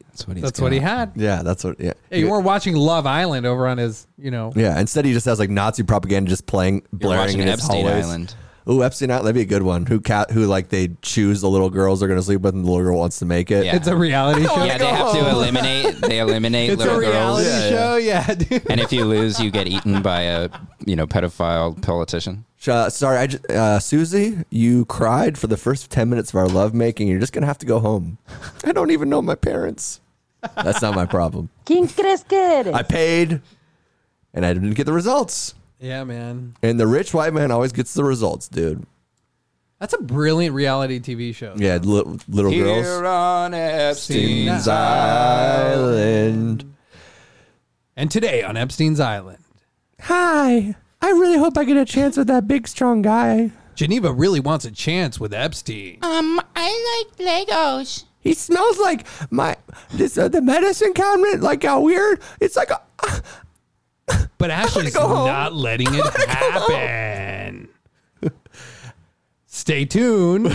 That's what, he's
That's what he
got.
had.
Yeah, that's what. Yeah,
Hey, you weren't watching Love Island over on his, you know.
yeah. Instead, he just has like Nazi propaganda just playing,
You're
blaring
watching
in his
Epstein
hallways.
Island.
Ooh, Epstein Island. That'd be a good one. Who cat? Who like they choose the little girls they're gonna sleep with, and the little girl wants to make it.
Yeah.
It's a reality show.
Yeah, they have to eliminate. They eliminate
it's
little
a reality
girls.
Yeah, yeah.
show. Yeah, dude.
And if you lose, you get eaten by a you know pedophile politician.
Sh- Uh, sorry, I just, uh, Susie, you cried for the first 10 minutes of our lovemaking. You're just going to have to go home. I don't even know my parents. That's not my problem.
¿Quién crees que eres?
I paid and I didn't get the results.
Yeah, man.
And the rich white man always gets the results, dude.
That's a brilliant reality TV show.
Yeah, li- little
Here
girls.
on
Epstein's
Epstein's
Island.
And today on Epstein's Island,
Hi. I really hope I get a chance with that big, strong guy.
Geneva really wants a chance with Epstein.
Um, I like Legos.
He smells like my this uh, the medicine cabinet. Like how weird. It's like a,
But Ashley's
go home.
not letting it happen. Stay tuned.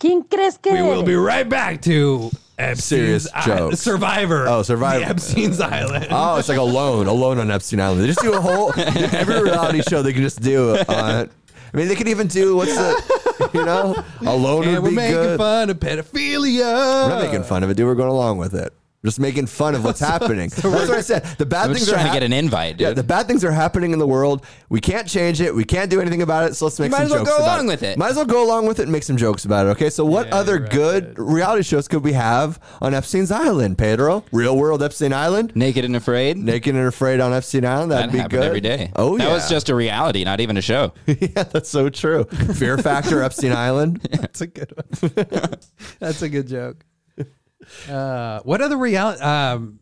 ¿Quién crees que
We will be
eres?
right back to Epstein's
Serious
Island.
jokes.
Survivor.
Oh, Survivor.
The Epstein's Island.
Oh, it's like alone, alone on Epstein Island. They just do a whole every reality show they can just do. Uh, I mean, they could even do what's the you know alone
and
would
we're
be
making
good.
fun of pedophilia.
We're not making fun of it, dude. We're going along with it. We're just making fun of what's happening. That's what I said. The bad
I'm
things
just
are
trying to
hap-
get an invite, dude.
Yeah, the bad things are happening in the world. We can't change it. We can't do anything about it. So let's make
might
some
as well
jokes
go
about
along with it.
Might as well go along with it and make some jokes about it. Okay, so what
Yeah,
other
you're right,
good reality shows could we have on Epstein's Island, Pedro? Real world Epstein Island?
Naked and afraid.
Naked and Afraid on Epstein Island. That'd
that
be
happened
good
every day.
Oh yeah,
that was just a reality, not even a show.
yeah, that's so true. Fear Factor, Epstein Island.
That's a good one. That's a good joke. Uh, what other reality? Um,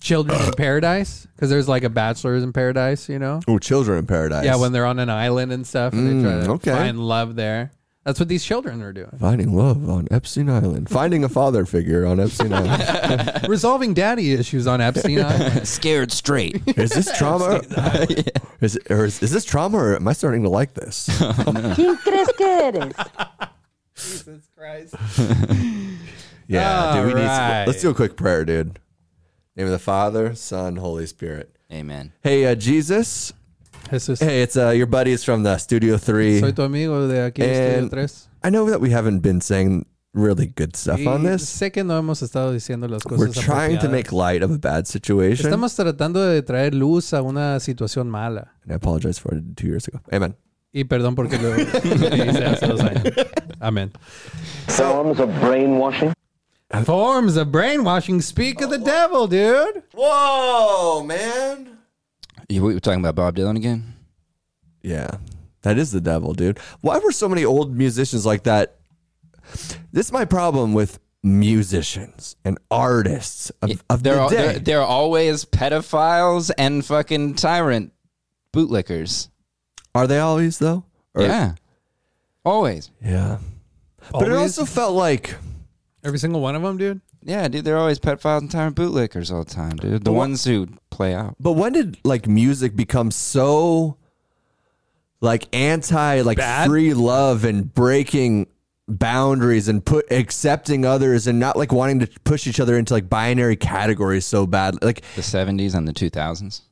Children in Paradise, because there's like a Bachelor's in Paradise, you know.
Oh, Children in Paradise.
Yeah, when they're on an island and stuff, and they try to
Mm, okay.
find love there. That's what these children are doing.
finding love on Epstein Island, finding a father figure on Epstein Island.
Resolving daddy issues on Epstein Island.
Scared straight.
Is this trauma? is, it, or is, is this trauma? Or am I starting to like this?
¿Quién crees que eres?
Jesus Christ.
Yeah, dude. We need.
Alright.
Some, let's do a quick prayer, dude. Name of the Father, Son, Holy Spirit.
Amen.
Hey, uh, Jesus.
Jesus.
Hey, it's uh, your buddies from the Studio Three.
Soy tu amigo de aquí, Estudio
And-
Tres.
I know that we haven't been saying really good stuff on this.
Sé que no hemos estado diciendo las cosas.
We're trying to
apropiadas.
make light of a bad situation. And
Estamos tratando de traer luz a una situación mala.
I apologize for it two years ago. Amen.
Y perdón porque lo hice hace dos años. Amén.
Forms of brainwashing.
Forms of brainwashing speak of the devil, dude.
Whoa, man.
You, we were talking about Bob Dylan again?
Yeah, that is the devil, dude. Why were so many old musicians like that? This is my problem with musicians and artists of, of
They're,
the
al-
day.
they're, they're always pedophiles and fucking tyrant bootlickers.
Are they always though? Or-
Yeah. Always.
yeah. But it also felt like
Every single one of them, dude.
Yeah, dude, they're always pedophiles and tyrant bootlickers all the time, dude. The ones who play out.
But when did like music become so like anti like
Bad?
free love and breaking boundaries and put accepting others and not like wanting to push each other into like binary categories so bad? Like
The 70s and the 2000s.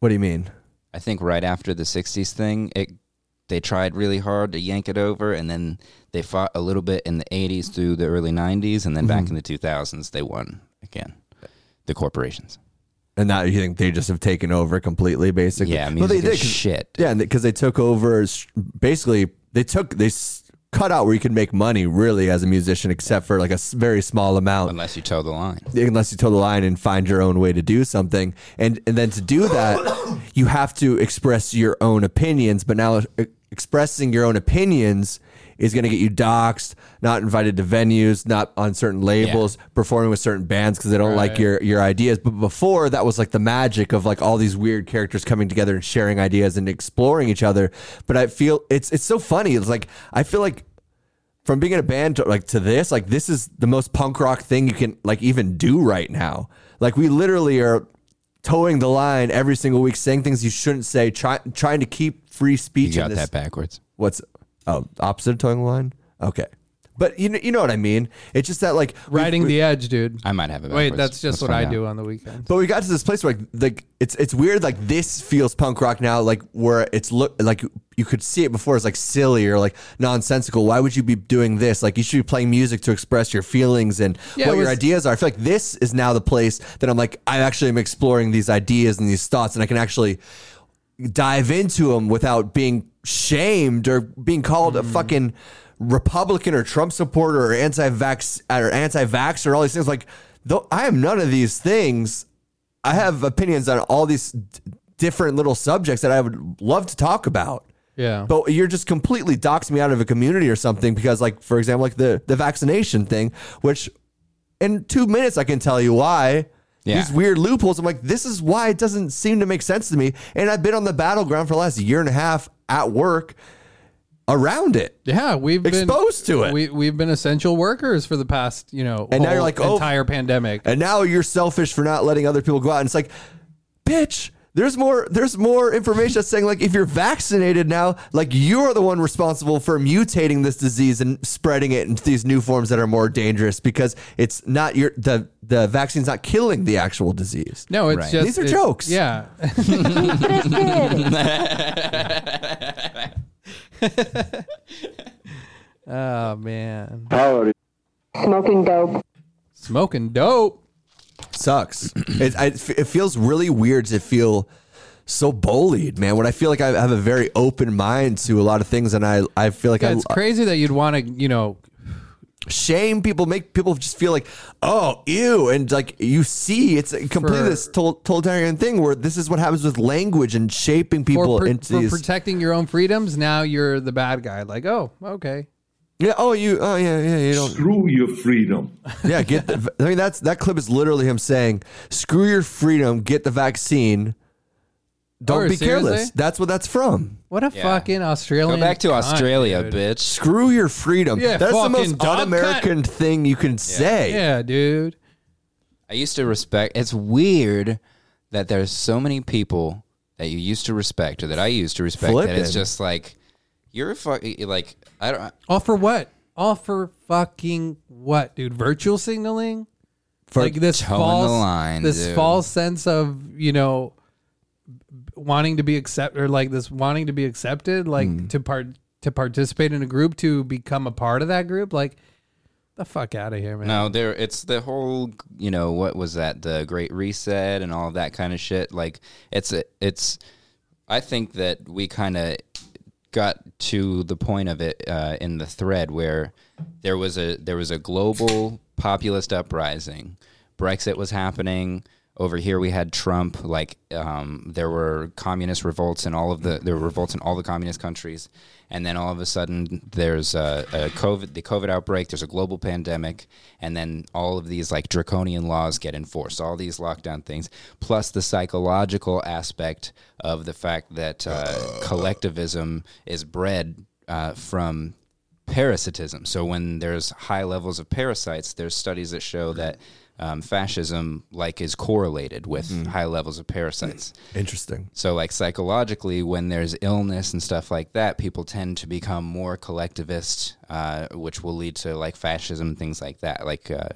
what do you mean?
I think right after the 60s thing, it they tried really hard to yank it over and then they fought a little bit in the 80s through the early 90s and then
Mm-hmm.
back in the 2000s they won again. The corporations.
And now you think they just have taken over completely basically?
Yeah,
Well, they
music is
'cause-
shit.
Yeah, and because they took over s- basically they took they s- cut out where you could make money really as a musician except for like a s- very small amount.
Unless you toe the line.
unless you toe the line and find your own way to do something and and then to do that you have to express your own opinions but now e- expressing your own opinions is going to get you doxxed not invited to venues not on certain labels performing with certain bands because they don't like your your ideas but before that was like the magic of like all these weird characters coming together and sharing ideas and exploring each other but i feel it's it's so funny it's like i feel like from being in a band to, like to this, like this is the most punk rock thing you can like even do right now. Like we literally are towing the line every single week, saying things you shouldn't say, try, trying to keep free
You
speech. in
got
this,
that backwards.
What's oh opposite of towing the line? Okay, but you know, you know what I mean. It's just that like we-
Riding
we-
the edge, dude.
I might have it backwards.
Wait, that's just
Let's
what I
find
do
out.
on the weekend.
But we got to this place where like, like it's it's weird like this feels punk rock now like where it's look like you could see it before it's like silly or like nonsensical. Why would you be doing this? Like you should be playing music to express your feelings and
Yeah,
what
it
your
was-
ideas are. I feel like this is now the place that I'm like I actually am exploring these ideas and these thoughts and I can actually dive into them without being shamed or being called a fucking Republican or Trump supporter or anti-vax or anti-vax or all these things. Like, though I am none of these things. I have opinions on all these d- different little subjects that I would love to talk about.
Yeah.
But you're just completely doxing me out of a community or something because, like, for example, like the the vaccination thing, which in two minutes I can tell you why.
Yeah.
These weird loopholes. I'm like, this is why it doesn't seem to make sense to me. And I've been on the battleground for the last year and a half at work around it.
yeah, we've
Exposed
been,
to it.
We, we've been essential workers for the past, you know,
And now you're
whole
like, oh.
entire pandemic.
and now you're selfish for not letting other people go out. And it's like, bitch, there's more. There's more information that's saying like if you're vaccinated now, like you're the one responsible for mutating this disease and spreading it into these new forms that are more dangerous because it's not your the the vaccine's not killing the actual disease.
No, it's
Right.
just
These are
it's-
jokes.
Yeah,
¿Quién crees que eres?
Oh man,
Power.
Smoking dope.
smoking dope.
sucks. it, I, it feels really weird to feel so bullied, man. When I feel like I have a very open mind to a lot of things, and I I feel like
Yeah,
I
it's crazy that you'd want to, you know,
shame people make people just feel like oh ew and like you see it's completely
For-
this tol- totalitarian thing where this is what happens with language and shaping people
for, pr-
into
for
these
protecting your own freedoms. Now you're the bad guy. Like, oh, okay.
yeah oh you oh yeah yeah you don't
Screw your freedom.
yeah get the, I mean that's that clip is literally him saying screw your freedom get the vaccine don't
Oh,
be careless
seriously?
that's what that's from
What a fucking Australian.
Go back to
cunt,
Australia,
dude.
bitch.
screw your freedom
Yeah,
that's the
fucking
most
dog
un-American thing you can say
Yeah, dude.
I used to respect. It's weird that there's so many people that you used to respect or that I used to respect that
Flippin'.
it's just like you're a fucking like I don't
All for what? All for fucking what, dude? Virtual signaling.
For
like this
towing the
false,
line,
this
dude.
false sense of you know b- wanting to be accepted, or like this wanting to be
Hmm.
accepted, like to part to participate in a group, to become a part of that group. Like the fuck out of here, man.
No, there it's the whole you know what was that the Great Reset and all that kind of shit. Like it's a, it's I think that we kind of got to the point of it uh, in the thread where there was a there was a global populist uprising. Brexit was happening over here. We had Trump. Like um, there were communist revolts in all of the there were revolts in all the communist countries, and then all of a sudden there's a, a COVID the COVID outbreak. There's a global pandemic, and then all of these like draconian laws get enforced. All these lockdown things, plus the psychological aspect of the fact that uh, collectivism is bred uh, from parasitism. So when there's high levels of parasites, there's studies that show that um, fascism like is correlated with high levels of parasites.
Interesting.
So like psychologically, when there's illness and stuff like that, people tend to become more collectivist, uh, which will lead to like fascism and things like that. Like uh,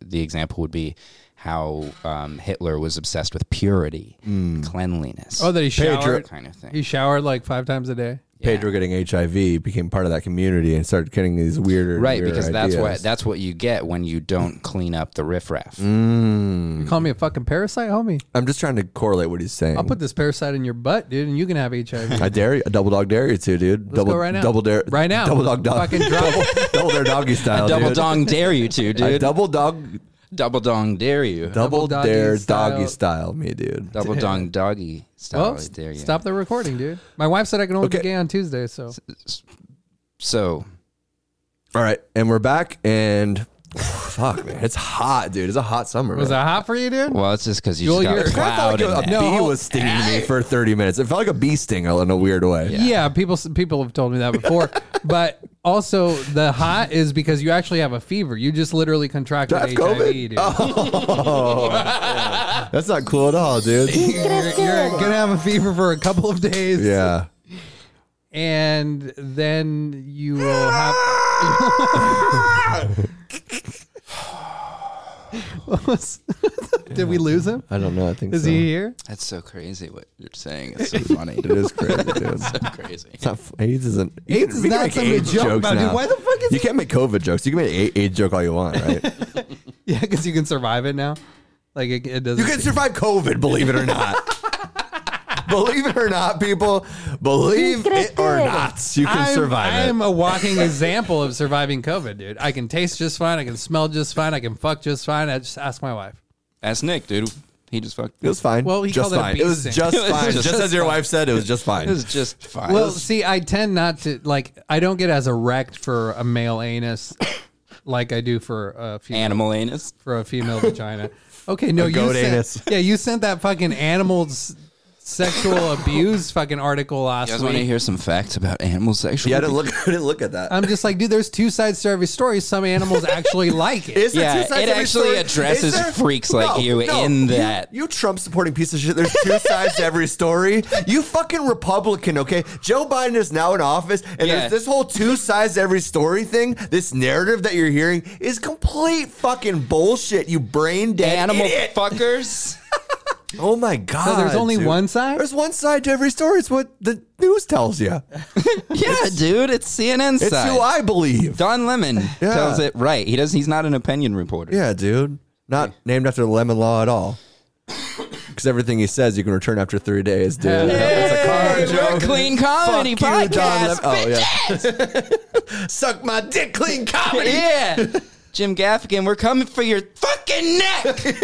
the example would be how um, Hitler was obsessed with purity,
Hmm.
cleanliness.
Oh, that he
that
showered.
kind of thing.
He showered like five times a day.
Pedro getting HIV became part of that community and started getting these weirder and
Right,
weirder
because that's
ideas. Hmm.
what that's what you get when you don't clean up the riffraff. Mm.
You call me a fucking parasite, homie.
I'm just trying to correlate what he's saying.
I'll put this parasite in your butt, dude, and you can have HIV.
I dare you, double dog dare you to, dude.
Let's
double
go right now.
double dare
Right now.
Double dog dog.
Fucking drop
double, double dare doggy style.
Double
dude.
dong dare you to,
I
dude.
double dog
double dong dare you.
Double
double,
doggy
dare
style.
doggy style me, dude.
double dong doggy style
well,
Oh, dare you.
stop the recording, dude. My wife said I can only
Okay.
be gay on Tuesday, so
So
All right, and we're back and fuck man, it's hot, dude. It's a hot summer.
was
uh,
man.
that hot for you, dude?
well, it's just because you
Joel,
just got
you're-
a
It kinda felt
cloud. in
like a,
there.
a bee was stinging me for 30 minutes. It felt like a bee sting in a weird way.
Yeah. people people have told me that before. but also, the hot is because you actually have a fever. You just literally contracted
I have
HIV,
COVID? Oh.
dude.
That's not cool at all, dude.
You're, you're gonna have a fever for a couple of days,
yeah.
and then you will have. What was- Did we lose him?
I don't know. I think
Is he here?
That's so crazy what you're saying. It's so funny.
It is crazy, dude.
crazy.
It's not, f- AIDS isn't.
AIDS is
we can
not
make
something to
AIDS
joke
jokes
about, dude.
now.
Why the fuck is
You can't make COVID jokes. You can make a- AIDS joke all you want, right?
Yeah, because you can survive it now. Like it, it doesn't.
you can survive COVID, believe it or not. believe it or not, people. Believe it or not, you can
I'm,
survive
I am
it.
a walking example of surviving COVID, dude. I can taste just fine. I can smell just fine. I can fuck just fine. I just ask my wife.
That's Nick, dude. He just fucked.
It was fine.
Well, he
just
called it a
fine.
bee
It was
sting.
just
It was
fine. Just,
just
as your wife said, it was just fine.
It was just fine.
Well, see, I tend not to like. I don't get as erect for a male anus like I do for a female
animal anus.
for a female vagina. Okay, no, you
goat
sent,
anus.
yeah, you sent that fucking animals sexual abuse fucking article
You
last
guys
week.
want to hear some facts about animal sexual?
yeah, I didn't look. I didn't look at that.
I'm just like, dude, there's two sides to every story. Some animals actually like it.
Is there
Yeah,
two sides
it
to every
actually
story?
addresses
Is there-
freaks like you in that.
You, Trump supporting piece of shit. There's two sides to every story. You fucking Republican, okay? Joe Biden is now in office, and
Yeah.
there's this whole two sides to every story thing. This narrative that you're hearing is complete fucking bullshit. You brain dead
Animal
idiot.
fuckers.
oh my god.
So there's only
dude.
one side?
There's one side to every story. It's what the news tells you.
yeah, dude. It's CNN
It's
side.
who I believe.
Don Lemon
Yeah.
tells it right. He does. He's not an opinion reporter.
Yeah, dude. Not named after Lemon Law at all. Because everything he says, you can return after three days, dude. That was a car
Hey, we're a
joke.
clean comedy
Fuck you, Don
podcast.
Lemon- Oh, yeah. Suck my dick, clean comedy.
yeah. Jim Gaffigan, we're coming for your fucking neck.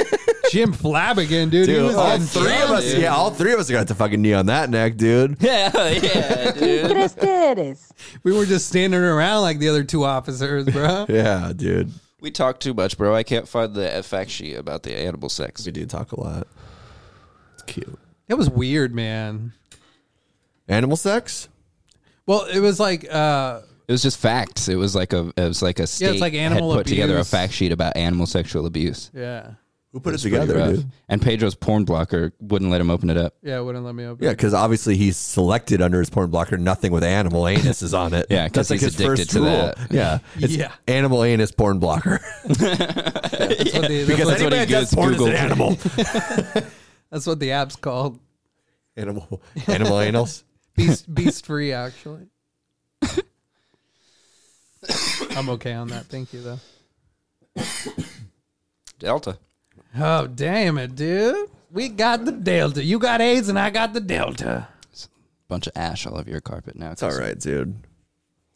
Jim Flanagan, dude. he
Dude,
was
all
on
three of us,
dude.
yeah, all three of us got the fucking knee on that neck, dude.
yeah, yeah, dude.
crees que eres?
We were just standing around like the other two officers, bro.
Yeah, dude.
We talk too much, bro. I can't find the fact sheet about the animal sex.
We do talk a lot. It's cute.
It was weird, man.
Animal sex?
Well, it was like uh
It was just facts. It was like a it was like a state
like animal
had put together a
abuse.
fact sheet about animal sexual abuse.
yeah.
Who put it
Pretty
together,
rough.
dude?
And Pedro's porn blocker wouldn't let him open it up.
Yeah, it wouldn't let me open.
Yeah, because obviously he selected under his porn blocker nothing with animal anus is on it.
Yeah, 'cause
That's like
he's
his
addicted
first
to
rule.
that.
Yeah, it's
Yeah.
animal anus porn blocker.
That's, what the, that's, what,
because
what
anybody
he
that does
goes
porn is an
Google.
animal.
that's what the app's called.
animal, animal anals.
Beast beast free actually. I'm okay on that. Thank you though.
Delta.
Oh, damn it, dude. We got the Delta. You got AIDS and I got the Delta.
Bunch of ash all over your carpet now.
It's all right, dude.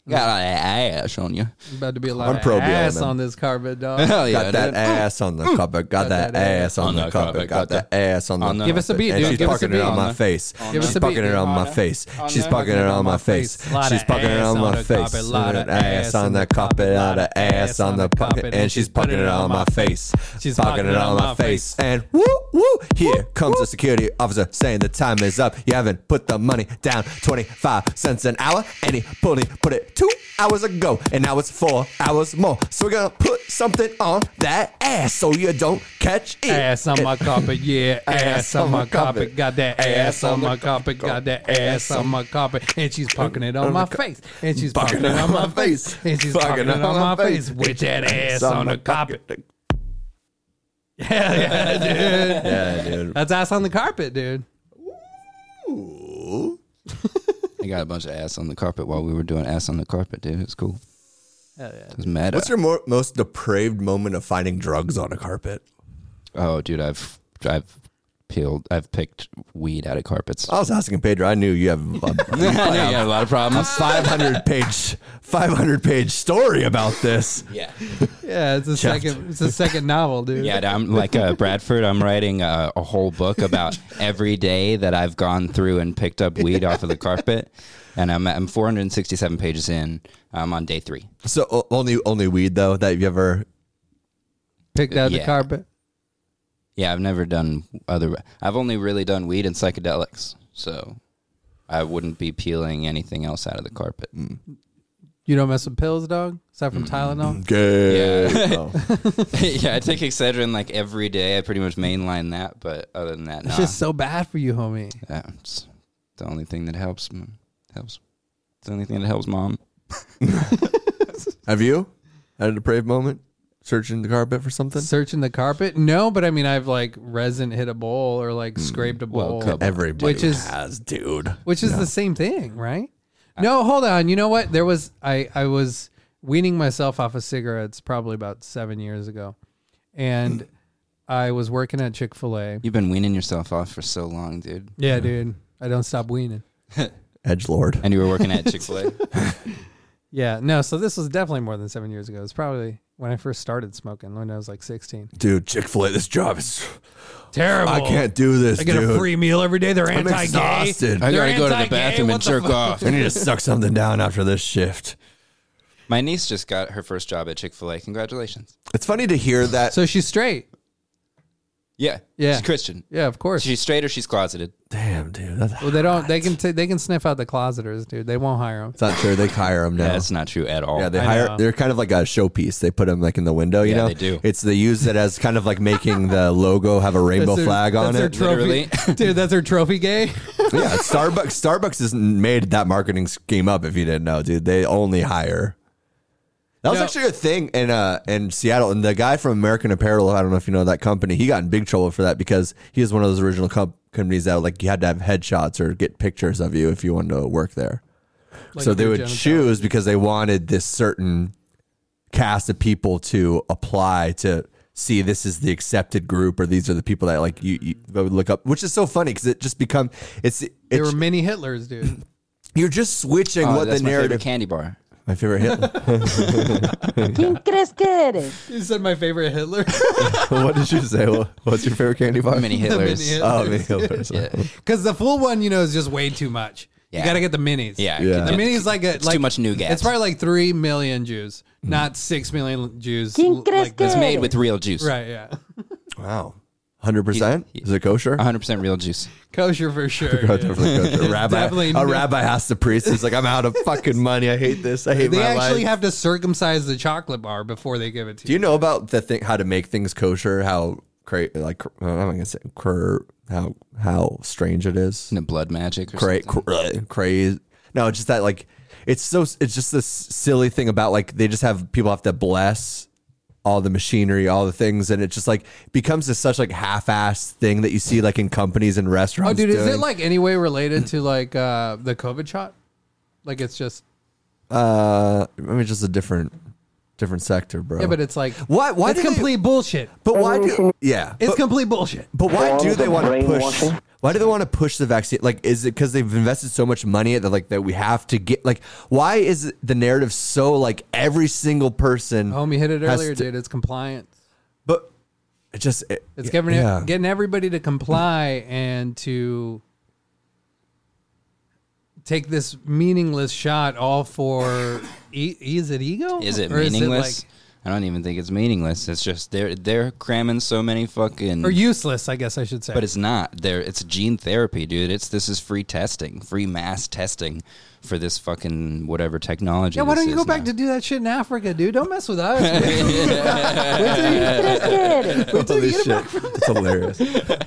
Got a lot of ash on you.
About to be a lot
I'm
of
pro-Bill
ass
then.
on this carpet, dog.
Hell yeah.
Got that
dude.
ass on the carpet. Got that ass on the carpet. Got that ass on
on
the
the-
Give us a beat,
And
dude.
she's
Give us a
fucking it
beat.
on my
the-
face.
the-
She's fucking it on
On
my
the-
face.
on
She's
the-
fucking it on my face.
Lot
She's
of
fucking it
ass
on
on
my
the
face.
carpet. Lot
An
of
ass on the carpet. Lot of ass on the carpet. And she's fucking it on my face. She's fucking it on my face. And woo woo. Here comes the security officer saying the time is up. You haven't put the money down. Twenty five cents an hour. And he put it put it two hours ago. And now it's four hours more. So we're gonna put something on that ass so you don't catch it.
Ass on my carpet, yeah. Ass on my carpet, got that ass on my carpet, got that ass on my carpet, and she's fucking it on my face, and she's fucking it on my face, and she's fucking it on my face with that ass on the carpet. Hell yeah, dude.
Yeah, dude.
That's ass on the carpet, dude.
I got a bunch of ass on the carpet while we were doing ass on the carpet, dude. It's cool. It was meta.
What's your more, most depraved moment of finding drugs on a carpet?
oh, dude, I've I've peeled, I've picked weed out of carpets.
I was asking Pedro. I knew you have a
I know you have a lot of problems.
500 page 500 page story about this.
yeah,
Yeah, it's a
Chuffed.
second. It's a second novel, dude.
yeah. I'm like uh, Bradford. I'm writing a, a whole book about every day that I've gone through and picked up weed off of the carpet, and I'm I'm 467 pages in. I'm on day three.
So o- only only weed though that you ever
picked out the
Yeah.
carpet.
Yeah, I've never done other. I've only really done weed and psychedelics, so I wouldn't be peeling anything else out of the carpet.
You don't mess with pills, dog. Aside from Tylenol.
good.
Yeah.
Oh.
yeah, I take Excedrin like every day. I pretty much mainline that, but other than that, nah.
It's just so bad for you, homie.
That's the only thing that helps. man. Helps. It's the only thing that helps, mom.
Have you had a depraved moment searching the carpet for something?
Searching the carpet? No, but I mean, I've like resin hit a bowl or like scraped a
well,
bowl,
couple.
Everybody
Which is-
has, dude.
which is the same thing, right? No, hold on. You know what? There was I I was weaning myself off of cigarettes probably about seven years ago, and I was working at Chick Fil A.
You've been weaning yourself off for so long, dude.
Yeah, dude, I don't stop weaning.
Edge lord.
And you were working at Chick Fil A.
Yeah, no. So this was definitely more than seven years ago. It's probably when I first started smoking when I was like sixteen.
Dude, Chick-fil-A this job is
Terrible.
I can't do this,
I get
dude.
a free meal every day. They're
I'm
anti-gay.
exhausted.
I
I
gotta go to the
anti-gay,
bathroom and
what the
jerk off.
need to suck something down after this shift.
My niece just got her first job at Chick Fil A. Congratulations.
It's funny to hear that.
So she's straight.
Yeah,
Yeah.
She's Christian.
Yeah, of course.
She's straight or she's closeted.
Damn, dude. That's,
well, they don't. They can. T- they can sniff out the closeters, dude. They won't hire them.
it's not true. They hire him now.
Yeah, that's not true at all.
Yeah, they
Oh, I
hire.
know.
They're kind of like a showpiece. They put them like in the window. You
Yeah,
know,
they do.
It's they use it as kind of like making the logo have a rainbow flag on
their
it.
Trophy, dude, that's her trophy gay.
yeah, Starbucks. Starbucks has made that marketing scheme up. If you didn't know, dude, they only hire. That was
No.
actually a thing in uh in Seattle, and the guy from American Apparel. I don't know if you know that company. He got in big trouble for that because he was one of those original com- companies that like you had to have headshots or get pictures of you if you wanted to work there. so they
your
would
genitals.
choose because they wanted this certain cast of people to apply to see this is the accepted group or these are the people that like you, you they would look up which is so funny because it just become it's,
There
it's
were many Hitlers, dude.
you're just switching
Oh,
what the
that's my favorite
narrative
candy bar.
my favorite Hitler
¿Quién crees que eres?
You said my favorite Hitler.
what did you say What- what's your favorite candy bar
Mini Hitlers.
Mini
oh mini Hitlers
Yeah.
Because the full one, you know, is just way too much. You
Yeah.
got to get the minis.
Yeah.
Yeah.
The
It's-
minis like a
it's
like
too much nougat.
It's probably like three million Jews, not six million Jews.
¿Quién
l-
crees
like
que
this.
It's made with real juice.
Right, yeah,
wow 100% is it kosher
100% real juice.
kosher for sure. dude.
Definitely kosher. A rabbi,
definitely
a
no-
rabbi asked the priest. He's like, "I'm out of fucking money. I hate this. I hate
They
my
actually
life."
have to circumcise the chocolate bar before they give it to
Do you know about the thing how to make things kosher? How cra- like cr- I'm not gonna say cr- how how strange it is.
Isn't it blood magic or
Cra-
something?
cra- crazy. No, it's just that like it's so it's just this silly thing about like they just have people have to bless all the machinery, all the things, and it just like becomes this such like half-assed thing that you see like in companies and restaurants.
Oh, dude, is it
doing.
like any way related to like uh, the COVID shot? Like it's just
uh, I mean, just a different different sector, bro.
Yeah, but it's like
Why- why
it's
do they-
complete bullshit.
but why do yeah?
It's
but,
complete bullshit.
but why do
Forms
they
of
want to push?
brainwashing.
Why do they want to push the vaccine? Like, is it because they've invested so much money that like that we have to get? Like, why is the narrative so like every single person?
Homie hit it
has
earlier,
to-
dude. It's compliance.
But it just it-
It's getting
yeah.
getting everybody to comply and to take this meaningless shot all for e- is it ego?
Is it
Or
meaningless?
like-
I don't even think it's meaningless. It's just they're they're cramming so many fucking.
or useless? I guess I should say.
but it's not. There, it's gene therapy, dude. It's this is free testing, free mass testing for this fucking whatever technology.
yeah, why
this
don't you go
is
back
now.
to do that shit in Africa, dude? Don't mess with us. Wait till you-
¿Quién crees que eres?
wait till
Holy
you get it back
shit. It's hilarious.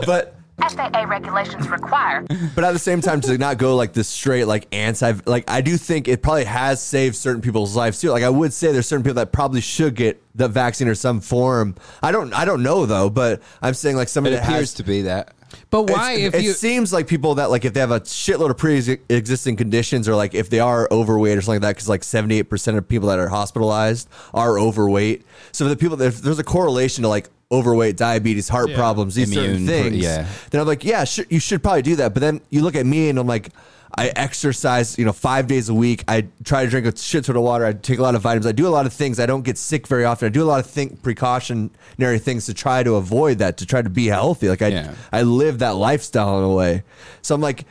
But
FAA regulations require.
but at the same time to not go like this straight like anti like I do think it probably has saved certain people's lives too. Like I would say there's certain people that probably should get the vaccine or some form. I don't I don't know though, but I'm saying like somebody
It
that has
appears to be that.
But why
It's-
if
it
you
seems like people that like if they have a shitload of pre-existing conditions or like if they are overweight or something like that because like 78% of people that are hospitalized are overweight so the people that there's a correlation to like overweight diabetes heart problems these certain
Immune pro-
things
yeah.
then i'm like yeah sure, you should probably do that but then you look at me and i'm like I exercise, you know, five days a week. I try to drink a shit ton of water. I take a lot of vitamins. I do a lot of things. I don't get sick very often. I do a lot of think precautionary things to try to avoid that, to try to be healthy. Like I,
Yeah.
I live that lifestyle in a way. So I'm like,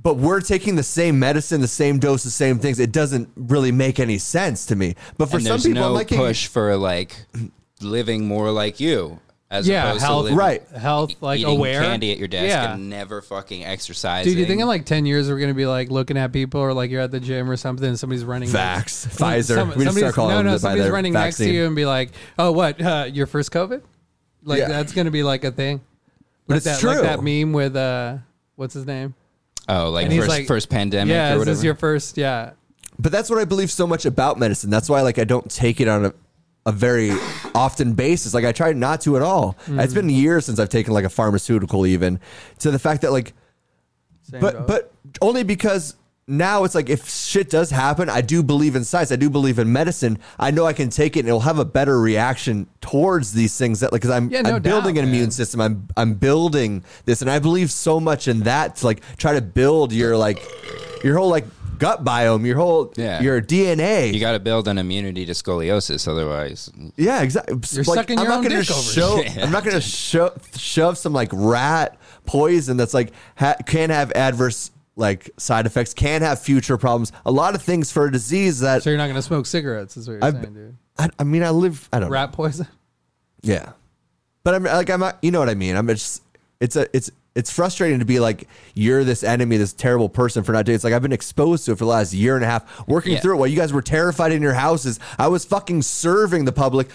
but we're taking the same medicine, the same dose, the same things. It doesn't really make any sense to me. But for
and
some
there's
people,
no
I'm like,
push for like living more like you as
Yeah,
opposed
health-
to living,
right.
health like
eating
aware
candy at your desk
Yeah.
and never fucking exercising.
Dude, you think in like ten years we're gonna be like looking at people, or like you're at the gym or something, and somebody's running like,
Vax, Pfizer.
some-
We just
somebody's-
start calling
no,
them
no,
by
somebody's
their
running next to
vaccine.
you and be like, "Oh, what? Uh, your first COVID?" Like
Yeah.
that's gonna be like a thing.
But
like
it's
that,
true.
Like that meme with uh, what's his name?
oh, like
And he's
first,
like-
first pandemic
yeah,
or
this
whatever.
is your first. Yeah,
but that's what I believe so much about medicine. That's why like I don't take it on a, a very often basis. Like I try not to at all. It's been years since I've taken like a pharmaceutical even to the fact that like but
dog.
but only because now it's like if shit does happen, I do believe in science. I do believe in medicine. I know I can take it and it'll have a better reaction towards these things that like because I'm,
Yeah, no
I'm building
doubt,
an immune
man.
system. I'm I'm building this and I believe so much in that to like try to build your like your whole like gut biome, your whole
Yeah.
your DNA.
you got to build an immunity to scoliosis, otherwise,
yeah, exactly.
You're sucking your
I'm
own
not gonna
dick over.
show, I'm not going to sho- shove some like rat poison that's like ha- can have adverse like side effects, can have future problems. A lot of things for a disease that
so you're not gonna smoke cigarettes, is what you're
I've-
saying, dude.
I, I mean, I live. I don't. know.
Rat poison.
Yeah, but I'm like I'm not. You know what I mean? I'm just. It's a. It's. It's frustrating to be like you're this enemy, this terrible person for not doing. It's like I've been exposed to it for the last year and a half, working
Yeah.
through it while you guys were terrified in your houses. I was fucking serving the public,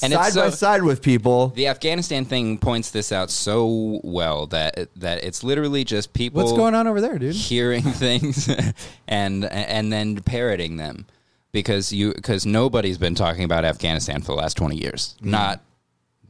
And
side
it's
by
so-
side with people.
the Afghanistan thing points this out so well that that it's literally just people.
What's going on over there, dude?
hearing things and and then parroting them because you because nobody's been talking about Afghanistan for the last 20 years not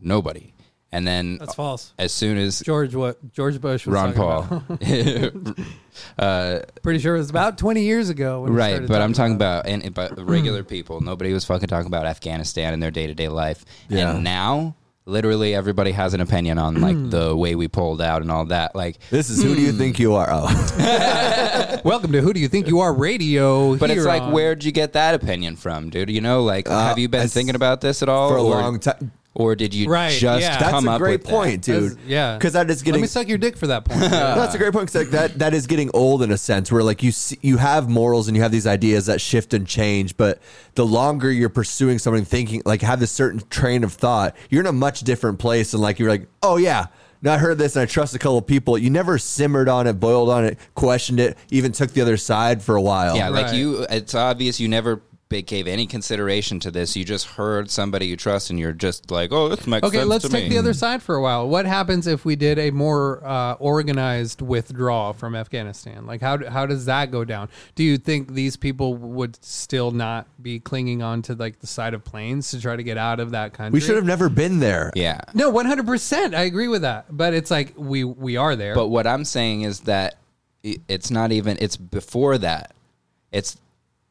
nobody and then
Mm-hmm. That's false.
as soon as
George, what George Bush was
Ron
talking about.
Paul
Pretty sure it was about 20 years ago. When he
right
started
but I'm talking about and and- but regular people nobody was fucking talking about Afghanistan in their day-to-day life
Yeah.
and now literally everybody has an opinion on like the way we pulled out and all that like
This is who do you
Hmm.
think you are? Oh,
Welcome to Who Do You Think You Are Radio.
But it's
here
like,
on-
where'd you get that opinion from, dude? You know, like, have you been
it's-
thinking about this at all
Uh, for a
or-
long time.
or did you
Right,
just
yeah.
That's
Oh, Ah, come
a
up
great
with that?
point, dude.
That's- yeah,
because that is
Let
getting
me suck your dick for that point.
uh,
No, that's a great point. 'cause, like that, that is getting old in a sense, where like you see, you have morals and you have these ideas that shift and change. But the longer you're pursuing something, thinking like have this certain train of thought, you're in a much different place. And like you're like, oh yeah, now I heard this and I trust a couple of people. You never simmered on it, boiled on it, questioned it, even took the other side for a while.
Yeah,
Right.
like you, it's obvious you never ba- gave any consideration to this. You just heard somebody you trust, and you're just like, oh, this makes
Okay,
sense
let's
to
take
me.
the other side for a while. What happens if we did a more uh, organized withdrawal from Afghanistan? Like, how, do- how does that go down? Do you think these people would still not be clinging on to like the side of planes to try to get out of that country?
we should have never been there.
Yeah.
No, one hundred percent. I agree with that. But it's like we we are there.
But what I'm saying is that i- it's not even, it's before that. It's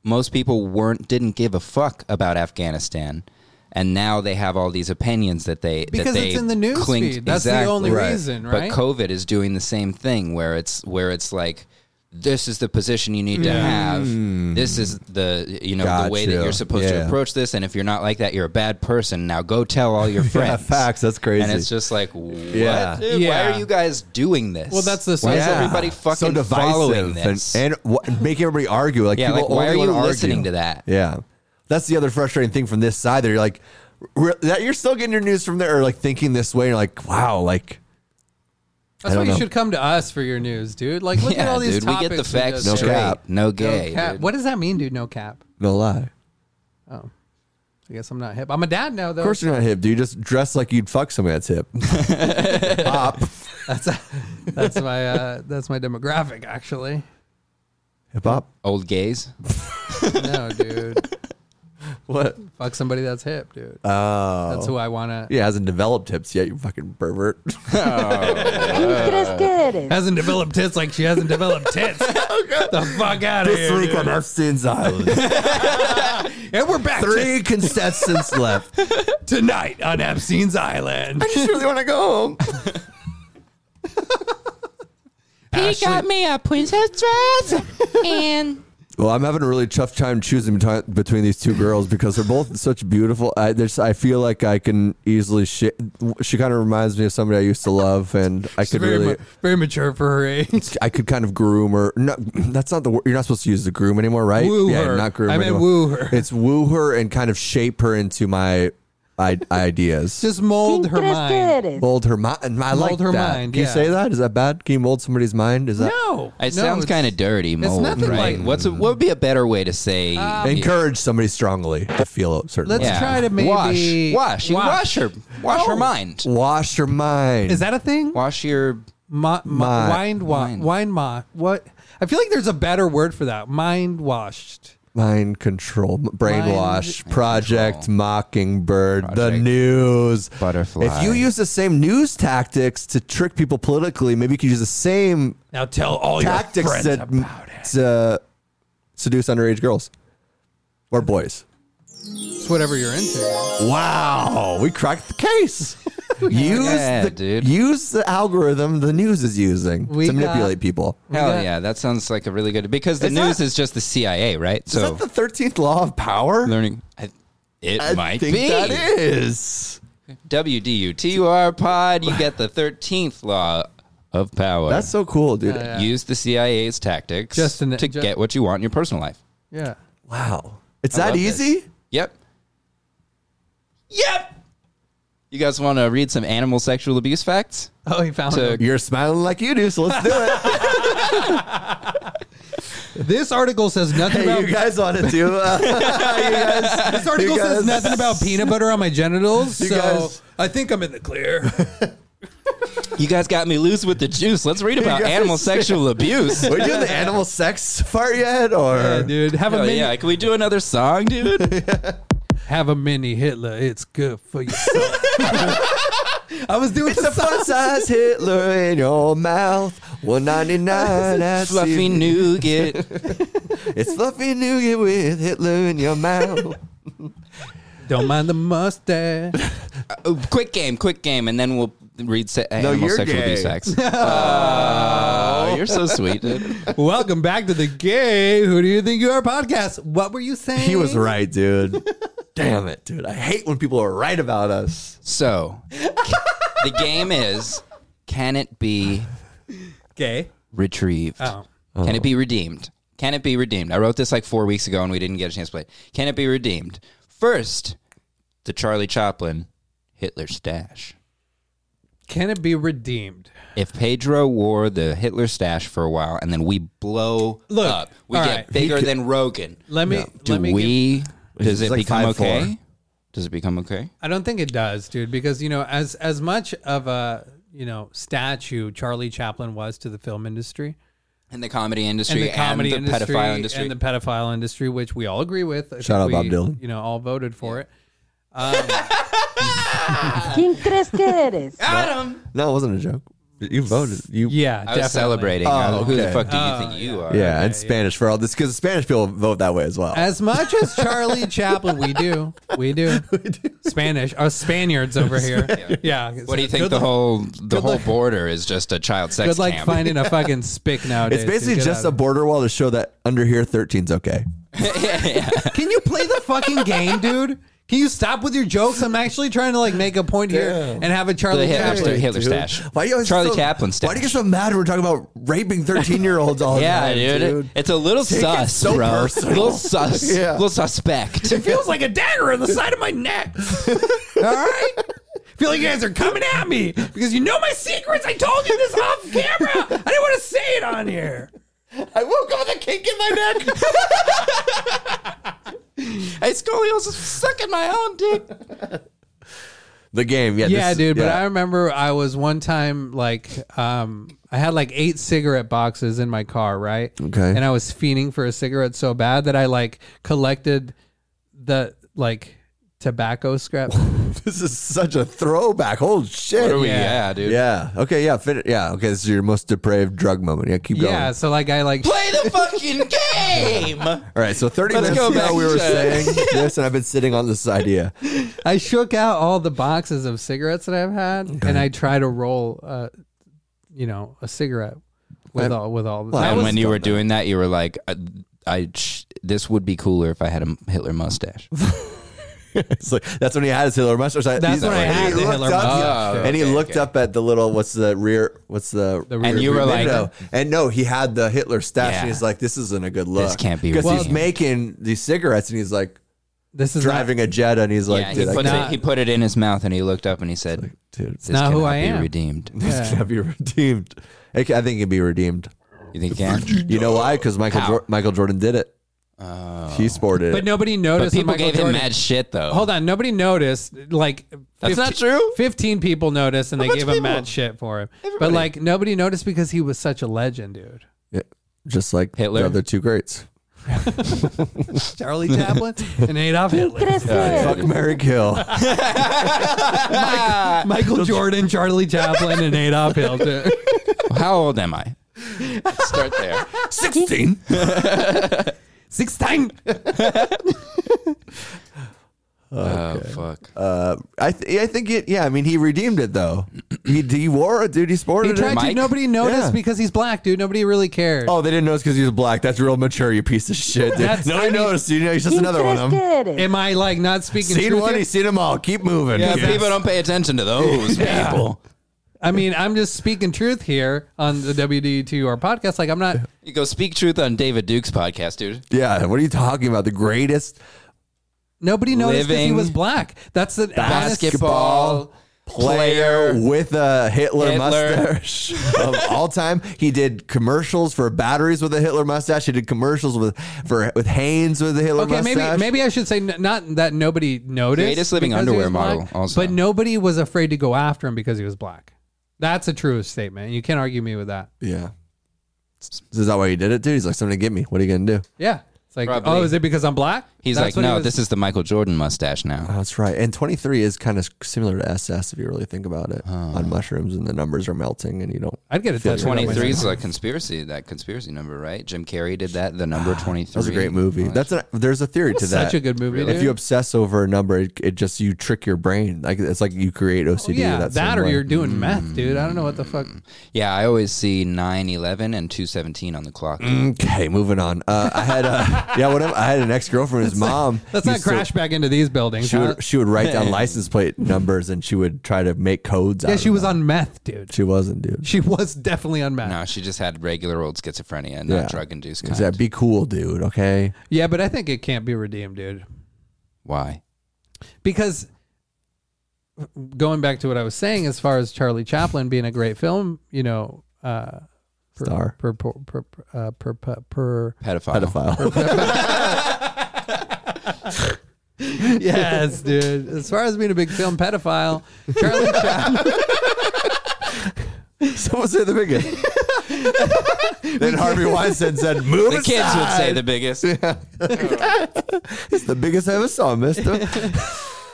most people weren't didn't give a fuck about Afghanistan, and now they have all these opinions that they
Because
that they
it's in the news
cling-
feed. That's the
Exactly.
only Right. reason, right?
But COVID is doing the same thing where it's where it's like. This is the position you need to
Mm.
have. This is the you know the way that
Gotcha.
you're supposed
Yeah.
to approach this. And if you're not like that, you're a bad person. Now go tell all your friends.
Yeah, facts. That's crazy.
And it's just like, what?
Yeah.
Dude, Why
Yeah.
are you guys doing this?
Well, that's the-
why is
Yeah.
everybody fucking
so divisive
following this?
and, and wha- making everybody argue? Like,
Yeah,
people
like, why
only
are you
wanna argue.
listening to that?
Yeah, that's the other frustrating thing from this side. That you're like, re- that you're still getting your news from there, or like thinking this way. You're like, wow, like
That's
I
why
don't
you
know.
should come to us for your news, dude. Like, look at
yeah,
all these
dude, we
topics.
get the facts
just
straight.
did.
No cap.
No
No
gay.
cap.
dude.
What does that mean, dude? No cap.
no lie.
I guess I'm not hip. I'm a dad now, though.
Of course you're not hip, dude. You Just dress like you'd fuck somebody that's hip. Pop.
that's my uh, that's my demographic, actually.
Hip hop.
Old gays.
No, Oh, dude.
What?
Fuck somebody that's hip, dude.
Oh.
that's who I wanna.
Yeah, hasn't developed hips yet, you fucking pervert.
¿Quién crees que eres?
Hasn't developed tits like she hasn't developed tits.
Oh,
Get the fuck out of here. dude.
on Epstein's Island.
And we're back to
Three contestants left. I
tonight on Epstein's Island.
just really want to go home.
Ashley-
me a princess dress and
Well, I'm having a really tough time choosing between, between these two girls because they're both such beautiful. I, there's, I feel like I can easily. Sh- she kind of reminds me of somebody I used to love, and I could
very,
really.
ma- very mature for her age.
I could kind of groom her. No, that's not the word. You're not supposed to use the groom anymore, right?
Woo
yeah,
her.
not groom.
I meant
anymore.
woo her.
It's woo her and kind of shape her into my I- ideas. Just
Just mold
¿Quién
her
crees que
mind.
eres?
mold her mind. I like
her
that.
mind,
Can
yeah.
you say that? Is that bad? Can you mold somebody's mind? Is that
No,
It
no, it's-
sounds kind of dirty. Mold,
nothing
right?
like- Um,
What's a, what would be a better way to say?
encourage somebody strongly to feel a certain
Let's
way.
Yeah.
try to maybe
wash, wash, You wash her, wash her
Oh.
mind,
Wash her mind.
Is that a thing?
wash your.
Ma, ma,
Ma-
wind wa,
mind.
wine ma. What? I feel like there's a better word for that. Mind washed.
mind control? Brainwash. Project
control.
Mockingbird. The
Project
news.
Butterfly.
If you use the same news tactics to trick people politically, maybe you could use the same
Now tell all your
tactics
friends
to,
about it.
to seduce underage girls or boys.
It's whatever you're into.
Wow, we cracked the case. use
Yeah,
the
dude.
use the algorithm the news is using
We
to
got-
manipulate people.
Hell
got-
yeah, that sounds like a really good because the
Is
news
that-
is just the CIA, right?
Is
So
that the thirteenth law of power?
learning, I, it
I
might
think
be.
that is.
WDUTR pod, you get the 13th law of power.
That's so cool, dude.
Use the CIA's tactics
Just an-
to
ju-
get what you want in your personal life.
Yeah.
Wow, it's
I
that
love this.
easy.
Yep. Yep. You guys want to read some animal sexual abuse facts?
Oh, he found
So-
it.
You're smiling like you do, so let's do it.
This article says nothing
hey,
about.
you guys want uh, it too?
this article
you
says
guys-
nothing about peanut butter on my genitals.
You
so
guys-
I think I'm in the clear.
You guys got me loose with the juice. Let's read about
guys-
animal sexual abuse.
We're doing the animal sex part yet, or
Yeah, dude, have a
Hell
mini,
yeah, can we do another song, dude?
have a mini Hitler. It's good for you. I was doing
It's a fun size Hitler in your mouth. 199 at
Fluffy
Sears.
nougat.
It's fluffy nougat with Hitler in your mouth.
Don't mind the mustache.
Oh, quick game, quick game, and then we'll read se- animal
you're
sexual
gay.
abuse facts. Oh, you're so sweet, dude.
Welcome back to the Gay Who Do You Think You Are podcast. What were you saying?
He was right, dude. Damn it, dude. I hate when people are right about us.
So, c- the game is can it be
Gay.
retrieved?
Oh.
Can it be redeemed? Can it be redeemed? I wrote this like four weeks ago and we didn't get a chance to play it. Can it be redeemed? First, the Charlie Chaplin Hitler stash.
Can it be redeemed?
If Pedro wore the Hitler stash for a while and then we blow
Look,
up, we
all
get
right.
bigger than Rogan.
Let me.
Do
let me give-
we?
This is
does it
like
become
5'4".
okay? Does it become okay?
I don't think it does, dude, because you know, as as much of a you know statue Charlie Chaplin was to the film industry
In the comedy
and
industry,
the comedy
and the
industry,
pedophile industry,
and the pedophile industry, which we all agree with. I think
out
we,
Bob Dylan.
You know, all voted for it.
¿Quién crees que eres?
Adam.
No, it wasn't a joke. You voted. You
yeah,
I was celebrating.
Oh,
Who the
okay.
fuck do you
Oh,
think you are?
yeah, and Spanish for all this because Spanish people vote that way as well.
As much as Charlie Chaplin, we do, we do, Spanish, our Spaniards over here. Yeah.
What do you think
Good
the
luck-
whole the whole border is just a child sex
Good luck
camp?
finding a fucking spick nowadays.
it's basically
dude. Get
just
out
a
of
border wall to show that under here 13's okay.
it. Can you play the fucking game, dude? Can you stop with your jokes? I'm actually trying to like make a point here and have a
the
Charlie
Hitler,
Chaplin.
Hitler stash.
Why you always
Charlie
so,
Chaplin stash.
Why do you get so mad when we're talking about raping 13 year olds all the
yeah,
time?
dude. It's a little
Take it
sus,
so
bro.
personal.
Little sus.
Yeah.
Little suspect.
It feels like a dagger in the side of my neck. All right. Feel like you guys are coming at me because you know my secrets. I told you this off camera. I didn't want to say it on here.
I woke up with a kink in my neck. hey, Scoliosis is sucking my own dick.
The game, yeah.
Yeah,
this-
dude. But
yeah.
I remember I was one time like, um, I had like eight cigarette boxes in my car, right?
Okay.
And I was fiending for a cigarette so bad that I like collected the like tobacco scrap.
this is such a throwback. Holy shit.
What are we?
Yeah.
Yeah, dude.
yeah. Okay. Yeah. Fit, yeah. Okay. This is your most depraved drug moment. Yeah. Keep going.
yeah. So like I like
Play the fucking game.
All right. So 30
Let's
minutes
go
ago,
back
we
to
were
China.
saying this, and I've been sitting on this idea.
I shook out all the boxes of cigarettes that I've had, and I try to roll, uh, you know, a cigarette with all with all.
I
that
and
was-
when you
done
were
that.
doing that, you were like, I, I sh- this would be cooler if I had a m- Hitler mustache.
It's like that's when he had his Hitler mustache.
That's
He's-
when I
he
had the
looked
Hitler
up-
mustache. Oh,
and he
okay,
looked
okay.
up at the little what's the rear what's the,
The And rear
you were like-
and no, he had the Hitler stash, and
Yeah.
he's like, this isn't a good look.
can't be
because
right.
he's
Well-
making these cigarettes, and he's like
this is
driving a Jetta, and he's like,
yeah, he,
dude, I
puts
can't-
it, he put it in his mouth and he looked up and he said,
dude,
"This
not who
cannot
I
be
am."
Redeemed.
this can't be redeemed. It can- I think it can be redeemed.
You think you can?
You know why? Because Michael
How? Oh.
Jor- Michael Jordan did it. he sported
Not,
it.
but nobody noticed. that
But people
Michael
gave
Jordan,
him mad shit though.
Hold on, nobody noticed. Like
That's not true.
Fifteen people noticed, and they
much
gave him
people?
mad shit for him. But
Everybody.
like nobody noticed because he was such a legend, dude.
Yeah, just like
Hitler?
the other two greats.
Charlie Chaplin and Adolf Hitler,
Fuck Mary Kill.
Michael Jordan, Charlie Chaplin, and Adolf Hitler.
How old am I? Let's start there.
Sixteen.
Six time.
Oh fuck.
Uh, I th- I think it. Yeah, I mean, he redeemed it though. He he wore it, dude. He
He
sported
tried
it.
to.
Mike?
Nobody noticed
Yeah.
because he's black, dude. Nobody really cared.
Oh, they didn't notice because he was black. That's real mature, you piece of shit, dude.
That's-
Nobody
I mean-
noticed. You know, he's just another one of them.
Interested.
Am I like not speaking?
Seen
truth
one,
here?
he's seen them all. Keep moving.
Yeah,
Yes.
people don't pay attention to those people.
I mean, I'm just speaking truth here on the WD2R podcast. Like, I'm not.
You go speak truth on David Duke's podcast, dude.
Yeah, what are you talking about? The greatest
Nobody noticed that he
Living
was black. That's the
Basketball
player with a Hitler,
Hitler.
mustache of all time. He did commercials for batteries with a Hitler mustache. He did commercials with for with Haynes with a Hitler
Okay, maybe
mustache.
maybe I should say n- not that nobody noticed.
Greatest living
because he
underwear
was black,
model also.
but nobody was afraid to go after him because he was black. That's a true statement. You can't argue me with that.
Yeah. Is that why you did it, dude? He's like, something to get me. What are you gonna do?
Yeah, it's like,
Probably.
oh, is it because I'm black?
He's
That's
like,
what he
no,
was-
this is the Michael Jordan mustache now.
Oh, that's right. And 23 is kind of similar to SS if you really think about it on mushrooms, and the numbers are melting, and you don't.
I'd get a
Feel
tattoo. on my
23
neck.
is a conspiracy, that conspiracy number, right? Jim Carrey did that, the number 23.
That was a great movie. That's a, there's a theory to that.
Such a good movie.
Really?
If
dude.
you obsess over a number, it, it just you trick your brain. Like it's like you create OCD.
Oh, yeah,
that,
that
same
or
way.
you're doing meth, dude. I don't know what the fuck.
Yeah, I always see 9 11 and 217 on the clock.
Mm. Okay, moving on. Uh, I had a yeah, whatever. I had an ex girlfriend. His mom.
Let's not
used to-
crash back into these buildings.
She
huh?
would, she would write down license plate numbers, and she would try to make codes.
yeah,
out
she
of
was
them.
on meth, dude.
She wasn't, dude.
She was definitely on meth.
No, she just had regular old schizophrenia and not drug induced kind.
Is that be cool, dude? Okay.
Yeah, but I think it can't be redeemed, dude.
Why?
Because going back to what I was saying, as far as Charlie Chaplin being a great film, you know, uh, per,
Star.
per, per, per, uh, per, per, per
Pedophile.
Pedophile.
yes, dude. As far as being a big film pedophile, Charlie Chaplin.
Someone said the biggest. then Harvey Weinstein said, "Move
The kids would say the biggest.
It's the biggest I ever saw, Mister."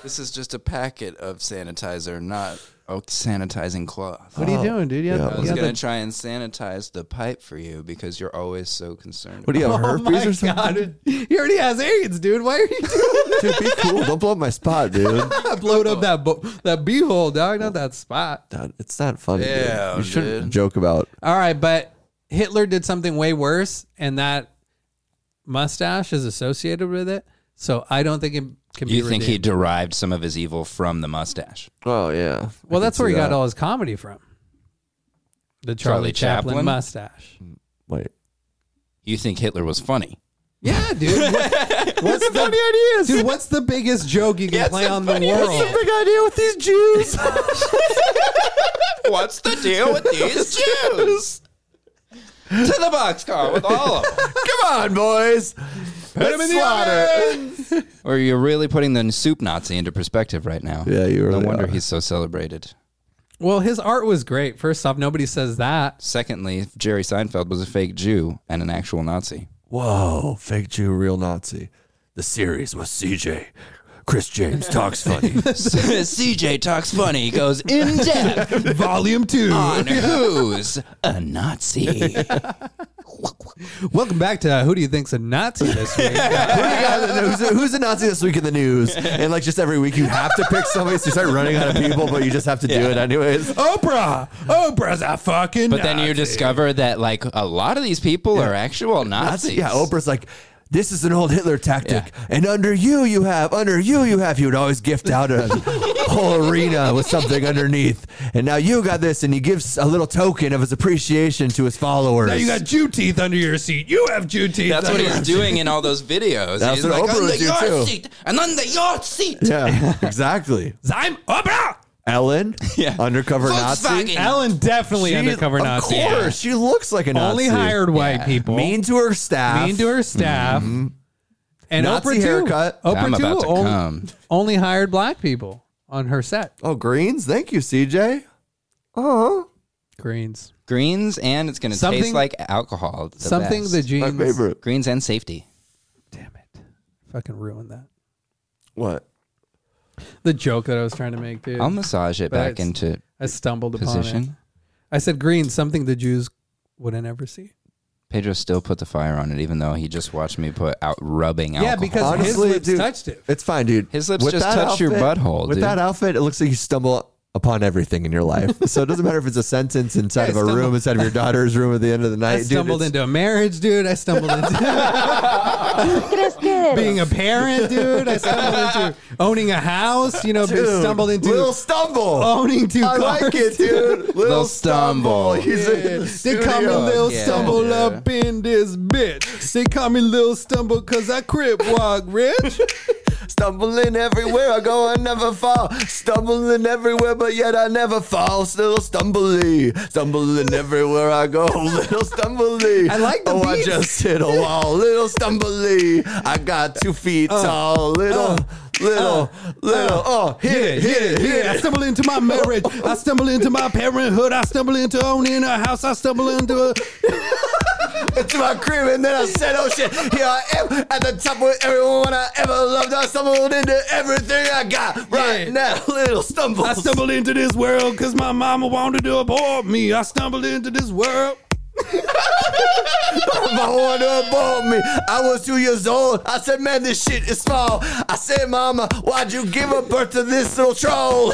This is just a packet of sanitizer, not oh, sanitizing cloth.
What are you doing, dude? You have-
I
you
was
have
gonna
the-
try and sanitize the pipe for you because you're always so concerned.
What do you have,
about-
herpes or
Oh
something?
He already has AIDS, dude. Why are you doing
Dude, be cool. Don't blow up my spot, dude.
that? Blowed up that bo- that beehole, dog. Not that spot.
Dude, It's not funny. dude.
Yeah,
You shouldn't
dude.
joke about.
All right, but Hitler did something way worse, and that mustache is associated with it. So I don't think it can be.
You think he
redeemed.
derived some of his evil from the mustache?
Oh yeah.
Well, that's where he got
all.
all his comedy from. The Charlie,
Charlie
Chaplin,
Chaplin?
mustache.
Wait.
You think Hitler was funny?
Yeah, dude. What- what's the funny ideas? Dude, what's the biggest joke you can play on the world?
Big idea with these Jews.
What's the deal with these Jews? to the boxcar with all of them.
Come on, boys. Put him in the oven.
Or you're really putting the soup Nazi into perspective right now.
Yeah, you
No
really
wonder
are.
he's so celebrated.
Well, his art was great. First off, nobody says that.
Secondly, Jerry Seinfeld was a fake Jew and an actual Nazi.
Whoa, fake Jew, real Nazi. The series with CJ. Chris James talks funny.
CJ talks funny, goes in depth
Volume two.
on who's a Nazi.
Welcome back to Who Do You Think's a Nazi this week?
who's, a, who's a Nazi this week in the news? And like just every week, you have to pick somebody. So you start running out of people, but you just have to do it anyways.
Oprah. Oprah's a fucking.
But then you
Nazi.
discover that like a lot of these people are actual Nazis.
Yeah, Oprah's like, this is an old Hitler tactic. And under you, you have, under you, you have, you would always gift out a whole arena with something underneath. And now you got this, and he gives a little token of his appreciation to his followers.
Now you got Jew teeth under your seat. You have Jew teeth.
That's what
under
he's
your-
doing in all those videos.
That's
he's
what
like,
Oprah
under
would do,
your
too.
seat and under your seat.
yeah, exactly.
I'm Oprah.
Ellen,
Yeah.
undercover Nazi.
Volkswagen.
Ellen definitely
She-
undercover
of
Nazi.
course, she looks like a Nazi.
Only hired white people.
Mean to her staff.
mean to her staff. And
Nazi
Oprah too.
haircut.
Oprah
I'm
too.
about to
only,
come.
only hired black people on her set.
Oh, greens. Thank you, CJ. Oh,
Greens.
Greens and it's going to
Something-
taste like alcohol. The
Something
best.
the jeans.
my favorite.
Greens and safety.
Damn it! Fucking ruined that.
What?
The joke that I was trying to make, dude.
I'll massage it
But
back
it's-
into
I stumbled upon it.
position.
I said green, something the Jews wouldn't ever see.
Pedro still put the fire on it, even though he just watched me put out rubbing
Yeah,
alcohol.
because his
Honestly,
lips
dude,
touched it.
It's fine, dude.
His lips just touch your butthole,
With
dude.
that outfit, it looks like you stumble upon everything in your life. so it doesn't matter if it's a sentence inside
Yeah,
of a
stumble-
room, inside of your daughter's room at the end of the night.
I stumbled
dude, it's-
into a marriage, dude. I stumbled into being a parent, dude. I stumbled into owning a house. You know,
Dude,
stumbled into
little stumble.
owning two
I
cars.
like it, dude. Little,
Little
stumble.
stumble.
He's in the
They call me
studio.
Lil
Yeah.
Stumble
Yeah.
up in this bitch. They call me Lil Stumble cause I crip walk rich.
Stumbling everywhere I go, I never fall. Stumbling everywhere, but yet I never fall. Still stumbly, stumbling everywhere I go. Little stumbly.
I like the
Oh,
beats.
I just hit a wall. Little stumbly. I got two feet
Uh,
tall. Little, little, little. oh, hit it, hit it, hit
I
it.
stumble into my marriage. I stumble into my parenthood. I stumble into owning a house. I stumble into a
To my crib, and then I said, "Oh shit, here I am at the top with everyone I ever loved." I stumbled into everything I got right
Yeah.
now. Little stumble.
I stumbled into this world because my mama wanted to abort me. I stumbled into this world.
My one above me. I was two years old. I said, man, this shit is small. I said, mama, why'd you give a birth to this little troll?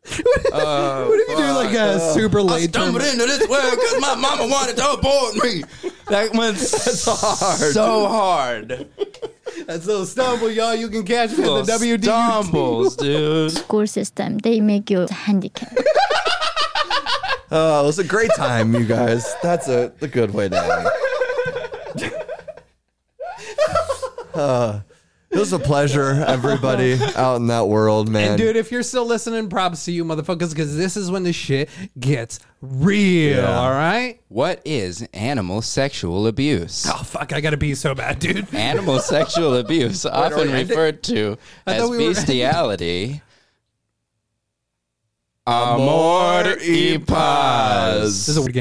What if you do like a super
I
late
stumbled into this world because my mama wanted to abort me. That went so hard.
That's a little stumble, y'all. You can catch me
Little
at the WD.
Stumbles, dude.
School system, they make you handicapped.
Oh, it was a great time, you guys. That's a, a good way to end. it. Uh, it was a pleasure, everybody out in that world, man.
And dude, if you're still listening, props to you, motherfuckers, because this is when the shit gets real. All right.
What is animal sexual abuse?
Oh fuck, I gotta pee so bad, dude.
Animal sexual abuse,
wait,
often
I
referred to
I
as
thought we were-
bestiality. Amor y paz.
This is a